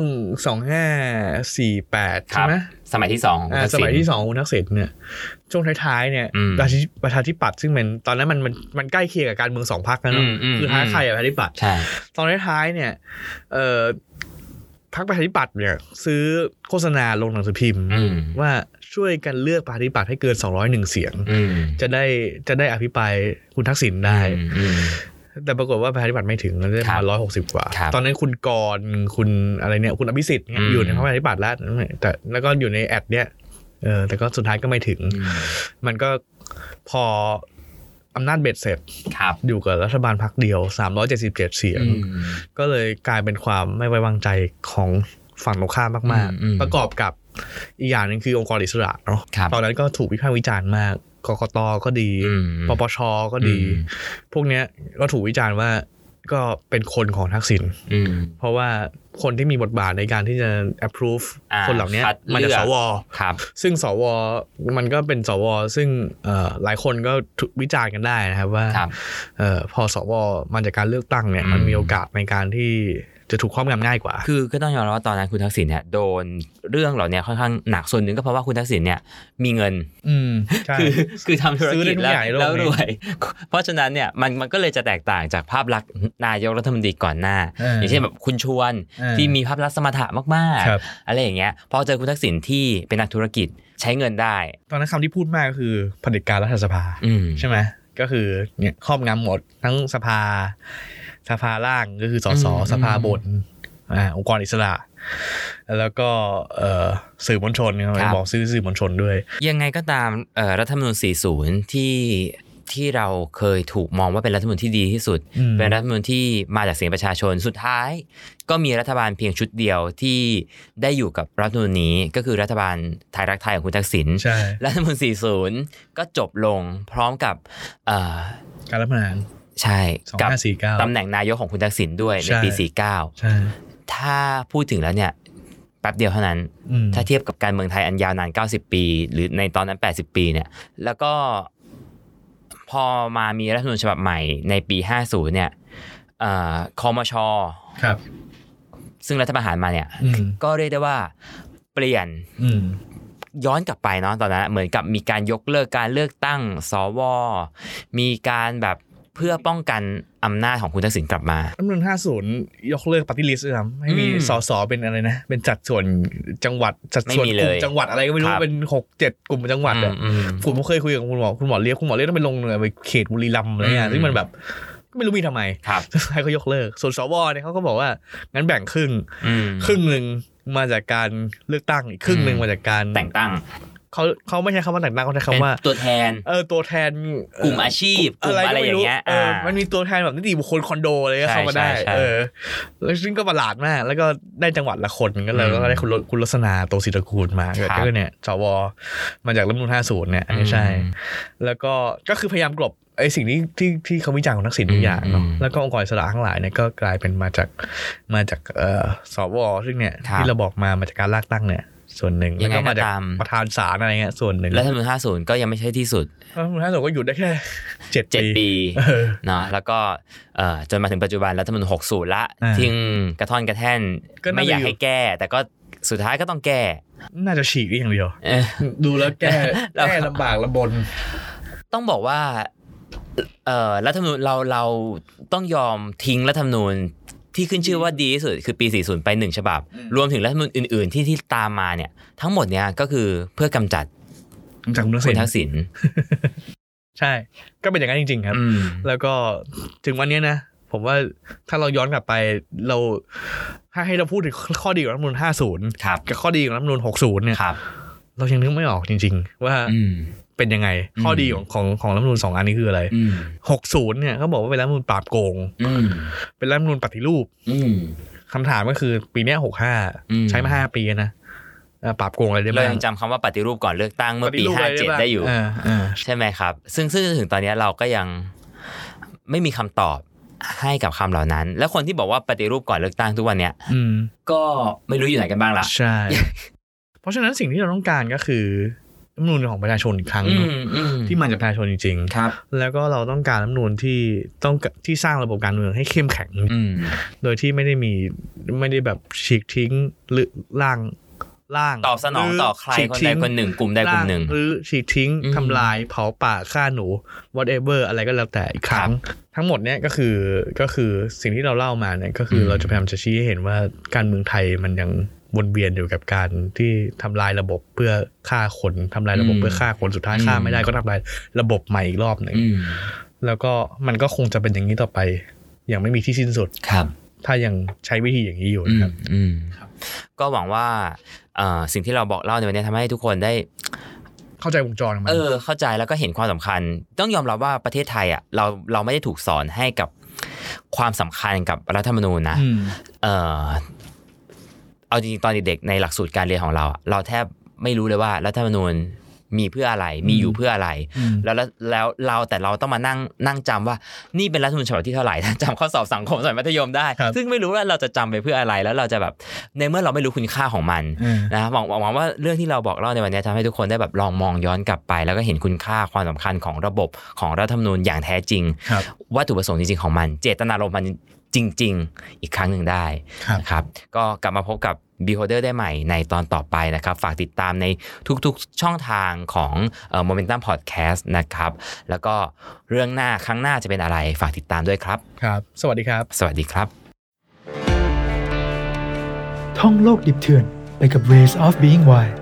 B: 2548
C: ค
B: ใช่
C: รับ
B: ไหม
C: สมัยที่สองของ
B: อ่า
C: ทัก
B: ส
C: ษิณ
B: มัยที่สองของคุณทักษิณเนี่ย ช่วงท้ายๆ เนี่ย
C: อืม
B: ประชาธิประชาธิปัตย์ซึ่งมันตอนนั้นมันมันมันใกล้เคียงกับการเมืองสองพรรคนะเนอะ
C: อืมอืม
B: คือท้ายใครอะประชาธิปัตย์
C: ใช่
B: ตอนท้ายๆเนี่ยเอ่อพรรคประชาธิปัตย์เนี่ย ซื้อโฆษณาลงหนังสือพิมพ์
C: อืม
B: ว่าช่วยกันเลือกประชาธิปัตย์ให้เกิน 201 เสียง
C: อืม
B: จะได้จะได้อภิปรายคุณทักษิณได้
C: อืม
B: แต่ปรากฏว่าประชาธิปัตย์ไม่ถึงแล้วได้ป
C: ค
B: ระ
C: รับ
B: มาร้อยหกสิบกว่า
C: ครับ
B: ตอนนั้นคุณกรณ์คุณอะไรเนี่ยคุณอภิสิทธิ์เนี่ย
C: อืม
B: อยู่ในพรรคประชาธิปัตย์แล้วแต่แล้วก็อยู่ในแอดเนี่ยเออแต่ก็สุดท้ายก็ไม่ถึง
C: อืม
B: มันก็พออำนาจเบ็ดเสร็จ
C: ครับ
B: อยู่กับรัฐบาลพรรคเดียว 377 เสียง
C: อืม
B: ก็เลยกลายเป็นความไม่ไว้วางใจของฝั่งตรงข้ามมาก
C: อืมอืม
B: ๆ ประกอบกับอีกอย่างหนึ่งคือองค์กรอิสระเนาะ
C: ครับ
B: ตอนนั้นก็ถูกวิพากษ์วิจารณ์มากกกตก็ดี
C: อืม
B: ปปชก็ดี
C: อืม
B: พวกเนี้ยก็ถูกวิจารณ์ว่าก็เป็นคนของทักษิณ
C: อืม
B: เพราะว่าคนที่มีบทบาทในการที่จะ approve
C: อ่า
B: คนเหล่าเนี้ย
C: คัดเลือก
B: มาจากสว
C: ครับ
B: ซึ่งสว มันก็เป็นสว ซึ่งเอ่อหลายคนก็ถูกวิจารณ์กันได้นะครับว่า
C: ครับ
B: เอ่อพอสวมาจากการเลือกตั้งเนี่ย มัน
C: อืม
B: มีโอกาสในการที่จะถูกครอบงำง่ายกว่า
C: คือก็ต้องยอมรับว่าตอนนั้นคุณทักษิณเนี่ยโดนเรื่องเหล่าเนี้ค่อนข้างหนักส่วนหนึ่งก็เพราะว่าคุณทักษิณเนี่ยมีเงิน
B: อืมใช่
C: คือคือทำธุร
B: ซื้อได้
C: กิจ
B: ทุก
C: แล้ว
B: อย่างในโลก
C: แล้ว
B: นี้
C: รวย เพราะฉะนั้นเนี่ยมันมันก็เลยจะแตกต่างจากภาพลักษณ์นายกรัฐมนตรีก่อนหน้า
B: เออ
C: อ
B: อย่าง
C: เช่นแบบคุณชวน
B: เออ
C: ที่มีภาพลักษณ์สมรรถะมาก
B: ครับ
C: ๆอะไรอย่างเงี้ยพอเจอคุณทักษิณที่เป็นนักธุรกิจใช้เงินได้
B: ตอนนั้นคำที่พูดมากก็คือเผด็จการรัฐสภา
C: อืม
B: ใช่ไหมก็คือเนี่ยครอบงำหมดทั้งสภา สภาล่างก็คือสส
C: อืม
B: สภา
C: อืม
B: บนอ่าองค์กรอิสระ แล้วก็เอ่อสื่อมวลชนครับ
C: ครับ
B: บอกซื้อสื่อมวลชนด้วย
C: ยังไงก็ตามเอ่อรัฐธรรมนูญ 40 ที่ที่เราเคยถูกมองว่าเป็นรัฐธรรมนูญที่ดีที่สุด
B: อืม
C: เป็นรัฐธรรมนูญที่มาจากเสียงประชาชนสุดท้าย ก็มีรัฐบาลเพียงชุดเดียวที่ได้อยู่กับรัฐธรรมนูญนี้ก็คือรัฐบาลไทยรักไทยของคุณทักษิณ
B: ใช่
C: รัฐธรรมนูญ40 ก็จบลงพร้อมกับเอ่อ
B: การรับงาน
C: ใช่
B: สอง
C: กับ
B: ห้าสี่เก้า
C: ตำแหน่งนายกของคุณทักษิณด้วยใน
B: ใช่
C: ปี
B: ใช่
C: 49 ถ้าพูดถึงแล้วเนี่ยแป๊บเดียวเท่านั้น
B: อืม
C: ถ้าเทียบกับการเมืองไทยอันยาวนาน 90 ปี หรือในตอนนั้น 80 ปีเนี่ย แล้วก็พอมามีรัฐธรรมนูญฉบับใหม่ในปี 50 เนี่ยเอ่อคอมช
B: ครับ
C: ซึ่งรัฐประหารมาเนี่ย
B: อืม
C: ก็เรียกได้ว่าเปลี่ยน
B: อืม
C: ย้อนกลับไปเนาะตอนนั้นเหมือนกับมีการยกเลิกการเลือกตั้งสว มีการแบบเพื่อป้องกันอำนาจของคุณทักษิณกลับมา
B: รัฐธรรมนูญ50 ยกเลิกปฏิริษีครับให้มี
C: อืม
B: สสเป็นอะไรนะ เป็นจัดส่วนจังหวัดจัดส่วน
C: ไม่มี
B: ก
C: เล
B: ลุ่ม
C: ย
B: จังหวัดอะไรก็ไม่รู้
C: ครับ
B: เป็นหกเจ็ดกลุ่มจังหวัดอะ
C: อืม
B: ผมเคยคุยกับคุณหมอคุณหมอเรียกคุณหมอเรียกต้องไปลงหน่วยไปเขตบุรีรัมย์อะไรเงี้
C: อื
B: ย
C: ม
B: ซึ่งมันแบบ ไม่รู้มีทำไม
C: ครับ
B: สุดท้ายเขายกเลิก ส่วนสวเนี่ยเขาก็บอกว่างั้นแบ่งครึ่ง
C: อืม
B: ครึ่งหนึ่งมาจากการเลือกตั้งอีกครึ่งหนึ่ง
C: อืม
B: มาจากการ
C: แต่งตั้ง
B: เขาเขาไม่ใช้คำว่าแต่งตั้งเขาใช้
C: เป็น
B: คำว่า
C: ตัวแทน
B: เออตัวแทน
C: กลุ่มอาชีพกลุ่มอะไรอย่างเงี้ย
B: เออ
C: อ่า
B: มันมีตัวแทนแบบนิติบุคคลคอนโดอะไรก็
C: ใช่
B: เข้ามาได้
C: ใช่ใช่
B: เออแล้วซึ่งก็ประหลาดมาก แล้วก็ได้จังหวัดละคนก็เลย
C: อืม
B: ก็ได้คุณลคุณลักษณะโตศิตระกูลมา
C: ครับ
B: ก็เนี่ยสวมาจากรัฐธรรมนูล50เนี่ยอันนี้ใช่ แล้วก็ก็คือพยายามกลบไอ้สิ่งที่ที่ที่เขาวิจารณ์ของนักศิลป์ทุกอย่างเนาะ
C: อืม
B: แล้วก็องค์กรอิสระทั้งหลายเนี่ยก็กลายเป็นมาจากมาจากเอ่อสวซึ่งเนี่ย
C: ครับ
B: ที่เราบอกมามาจากการลากตั้งเนี่ยส่วนหนึ่ง
C: ยั
B: แล้ว
C: งไง
B: ก็มาจาก
C: ก็ตาม
B: ประธานศาลอะไรเงี้ยส่วนหนึ่ง
C: รั
B: แล้
C: ฐ
B: ว
C: ธรรมนูญ50 ก็ยังไม่ใช่ที่สุด
B: ท่านสวก็หยุดได้แค่เจ็ด
C: 7 ปี
B: เออ
C: เนาะแล้วก็เอ่อจนมาถึงปัจจุบันรัฐธรรมนูญ60 ละ
B: อ่า
C: ทิ้งกระท่อนกระแท่น
B: ก็น่าจะ
C: ไม่อยาก
B: อยู่
C: ให้แก้ แต่ก็สุดท้ายก็ต้องแก้
B: น่าจะฉีกได้อย่างเดียว
C: เออ
B: ดูแล้วแก้
C: แล้ว
B: แก้ลำบากลำบน
C: ต้องบอกว่าเอ่อรัฐธรรมนูญเราเราต้องยอมทิ้งรัฐธรรมนูญ ที่ขึ้นชื่อว่าดีที่สุดคือปี 40 ไป 1 ฉบับ รวมถึงรัฐธรรมนูญอื่น ๆ ที่ที่ตามมาเนี่ยทั้งหมดเนี่ยก็คือเพื่อกำจัด
B: จากคุณทัก
C: คุ
B: ษิณ
C: ณทักษิณ
B: ใช่ ก็เป็นอย่างนั้นจริง ๆ ครับ
C: อืม
B: แล้วก็ถึงวันเนี้ยนะ ผมว่าถ้าเราย้อนกลับไปเราถ้าให้เราพูดถึงข้อดีของรัฐธรรมนูล50
C: ครับ
B: กับข้อดีของรัฐธรรมนูล60 เนี่ย
C: ครับ
B: เรายังนึกไม่ออกจริง ๆ ว่า
C: อืม
B: เป็นยังไง
C: อืม
B: ข้อดีของของของรัฐธรรมนูลสองอันนี้คืออะไร
C: อืม
B: 60 เนี่ยเขาบอกว่าเป็นรัฐธรรมนูลปราบโกง
C: อืม
B: เป็นรัฐธรรมนูลปฏิรูป
C: อืม
B: คำถามก็คือปีเนี้ย
C: อืม
B: 65 ใช้มา 5 ปีนะเอ่อปราบโกงอะไรได้
C: เรา
B: บ้าง
C: ยังจำคำว่าปฏิรูปก่อนเลือกตั้งเมื่อ
B: ฏิ
C: ปี
B: รูะรบ้าง
C: 57 ได้อยู่
B: าอ่า
C: ใช่ไหมครับ ซึ่งซึ่งถึงตอนนี้เราก็ยังไม่มีคำตอบให้กับคำเหล่านั้น แล้วคนที่บอกว่าปฏิรูปก่อนเลือกตั้งทุกวันเนี้ย
B: อืม
C: ก็ไม่รู้อยู่ไหนกันบ้างล่ะ
B: ใช่ เพราะฉะนั้นสิ่งที่เราต้องการก็คือรัฐธรรมนูลของประชาชนอีกครั้ง
C: อื
B: เนอะ
C: มอืม
B: ที่มาจากประชาชนจริง
C: ครับ
B: ๆ แล้วก็เราต้องการรัฐธรรมนูลที่ต้องกที่สร้างระบบการเมืองให้เข้มแข็ง
C: อืม
B: โดยที่ไม่ได้มีไม่ได้แบบฉีกทิ้งหรือล่างล่าง
C: ตอบสนอง
B: ห
C: ต่อใคร
B: ฉีก
C: คนใด
B: ทิ้ง
C: คนหนึ่งกลุ่มใดกลุ่มหนึ่ง
B: ร่าหรือฉีกทิ้ง
C: อืม
B: ทำลายเผาป่าฆ่าหนู whatever อะไรก็แล้วแต่อีกครั้ง ทั้งหมดเนี่ยก็คือก็คือสิ่งที่เราเล่ามาเนี่ยก็คืออ
C: ม
B: เราจะพยายามจะชี้ให้เห็นว่าการเมืองไทยมันยังวนเวียนอยู่กับการที่ทำลายระบบเพื่อฆ่าคนทำลายระบบเพื่อฆ่าคนสุดท้ายฆ่าไม่ได้ก็ทำลายระบบใหม่อีกรอบหนึ่ง
C: อืม
B: แล้วก็มันก็คงจะเป็นอย่างนี้ต่อไปอย่างไม่มีที่สิ้นสุด
C: ครับ
B: ถ้ายังใช้วิธีอย่างนี้อยู่นะครับ
C: อืมอืมก็หวังว่าเอ่อสิ่งที่เราบอกเล่าในวันนี้ทำให้ทุกคนได้
B: เข้าใจวงจรของมัน
C: เออ เข้าใจแล้วก็เห็นความสำคัญ ต้องยอมรับว่าประเทศไทยอ่ะเราเราไม่ได้ถูกสอนให้กับความสำคัญกับรัฐธรรมนูญนะ
B: ม
C: เออเอาจริงๆตอนเด็กๆในหลักสูตรการเรียนของเราอะเราแทบไม่รู้เลยว่ารัฐธรรมนูญมีเพื่ออะไร มีอยู่เพื่ออะไร
B: อืม
C: แล้วแล้วแล้วเราแต่เราต้องมานั่งนั่งจำว่านี่เป็นรัฐธรรมนูญฉบับที่เท่า ไหร่ จำข้อสอบสังคมสมัยมัธยมได้
B: ครับ
C: ซึ่งไม่รู้ว่าเราจะจำไปเพื่ออะไรแล้วเราจะแบบในเมื่อเราไม่รู้คุณค่าของมัน นะหวังหวังหวังว่าเรื่องที่เราบอกเล่าในวันนี้ทำให้ทุกคนได้แบบลองมองย้อนกลับไป แล้วก็เห็นคุณค่าความสำคัญของระบบของรัฐธรรมนูญอย่างแท้จริง
B: ครับ
C: วัตถุประสงค์จริง ๆ ของมัน เจตนารมณ์มันจริง ๆ อีกครั้งหนึ่งได้
B: ครับ
C: นะครับ ก็กลับมาพบกับ Beholder ได้ใหม่ในตอนต่อไปนะครับ ฝากติดตามในทุกๆช่องทางของเอ่อ Momentum Podcast นะครับ แล้วก็เรื่องหน้าครั้งหน้าจะเป็นอะไร ฝากติดตามด้วยครับ
B: ครับ สวัสดีครับ
C: สวัสดีครับ
D: ท่องโลกดิบเถื่อนไปกับ Ways of Being Wise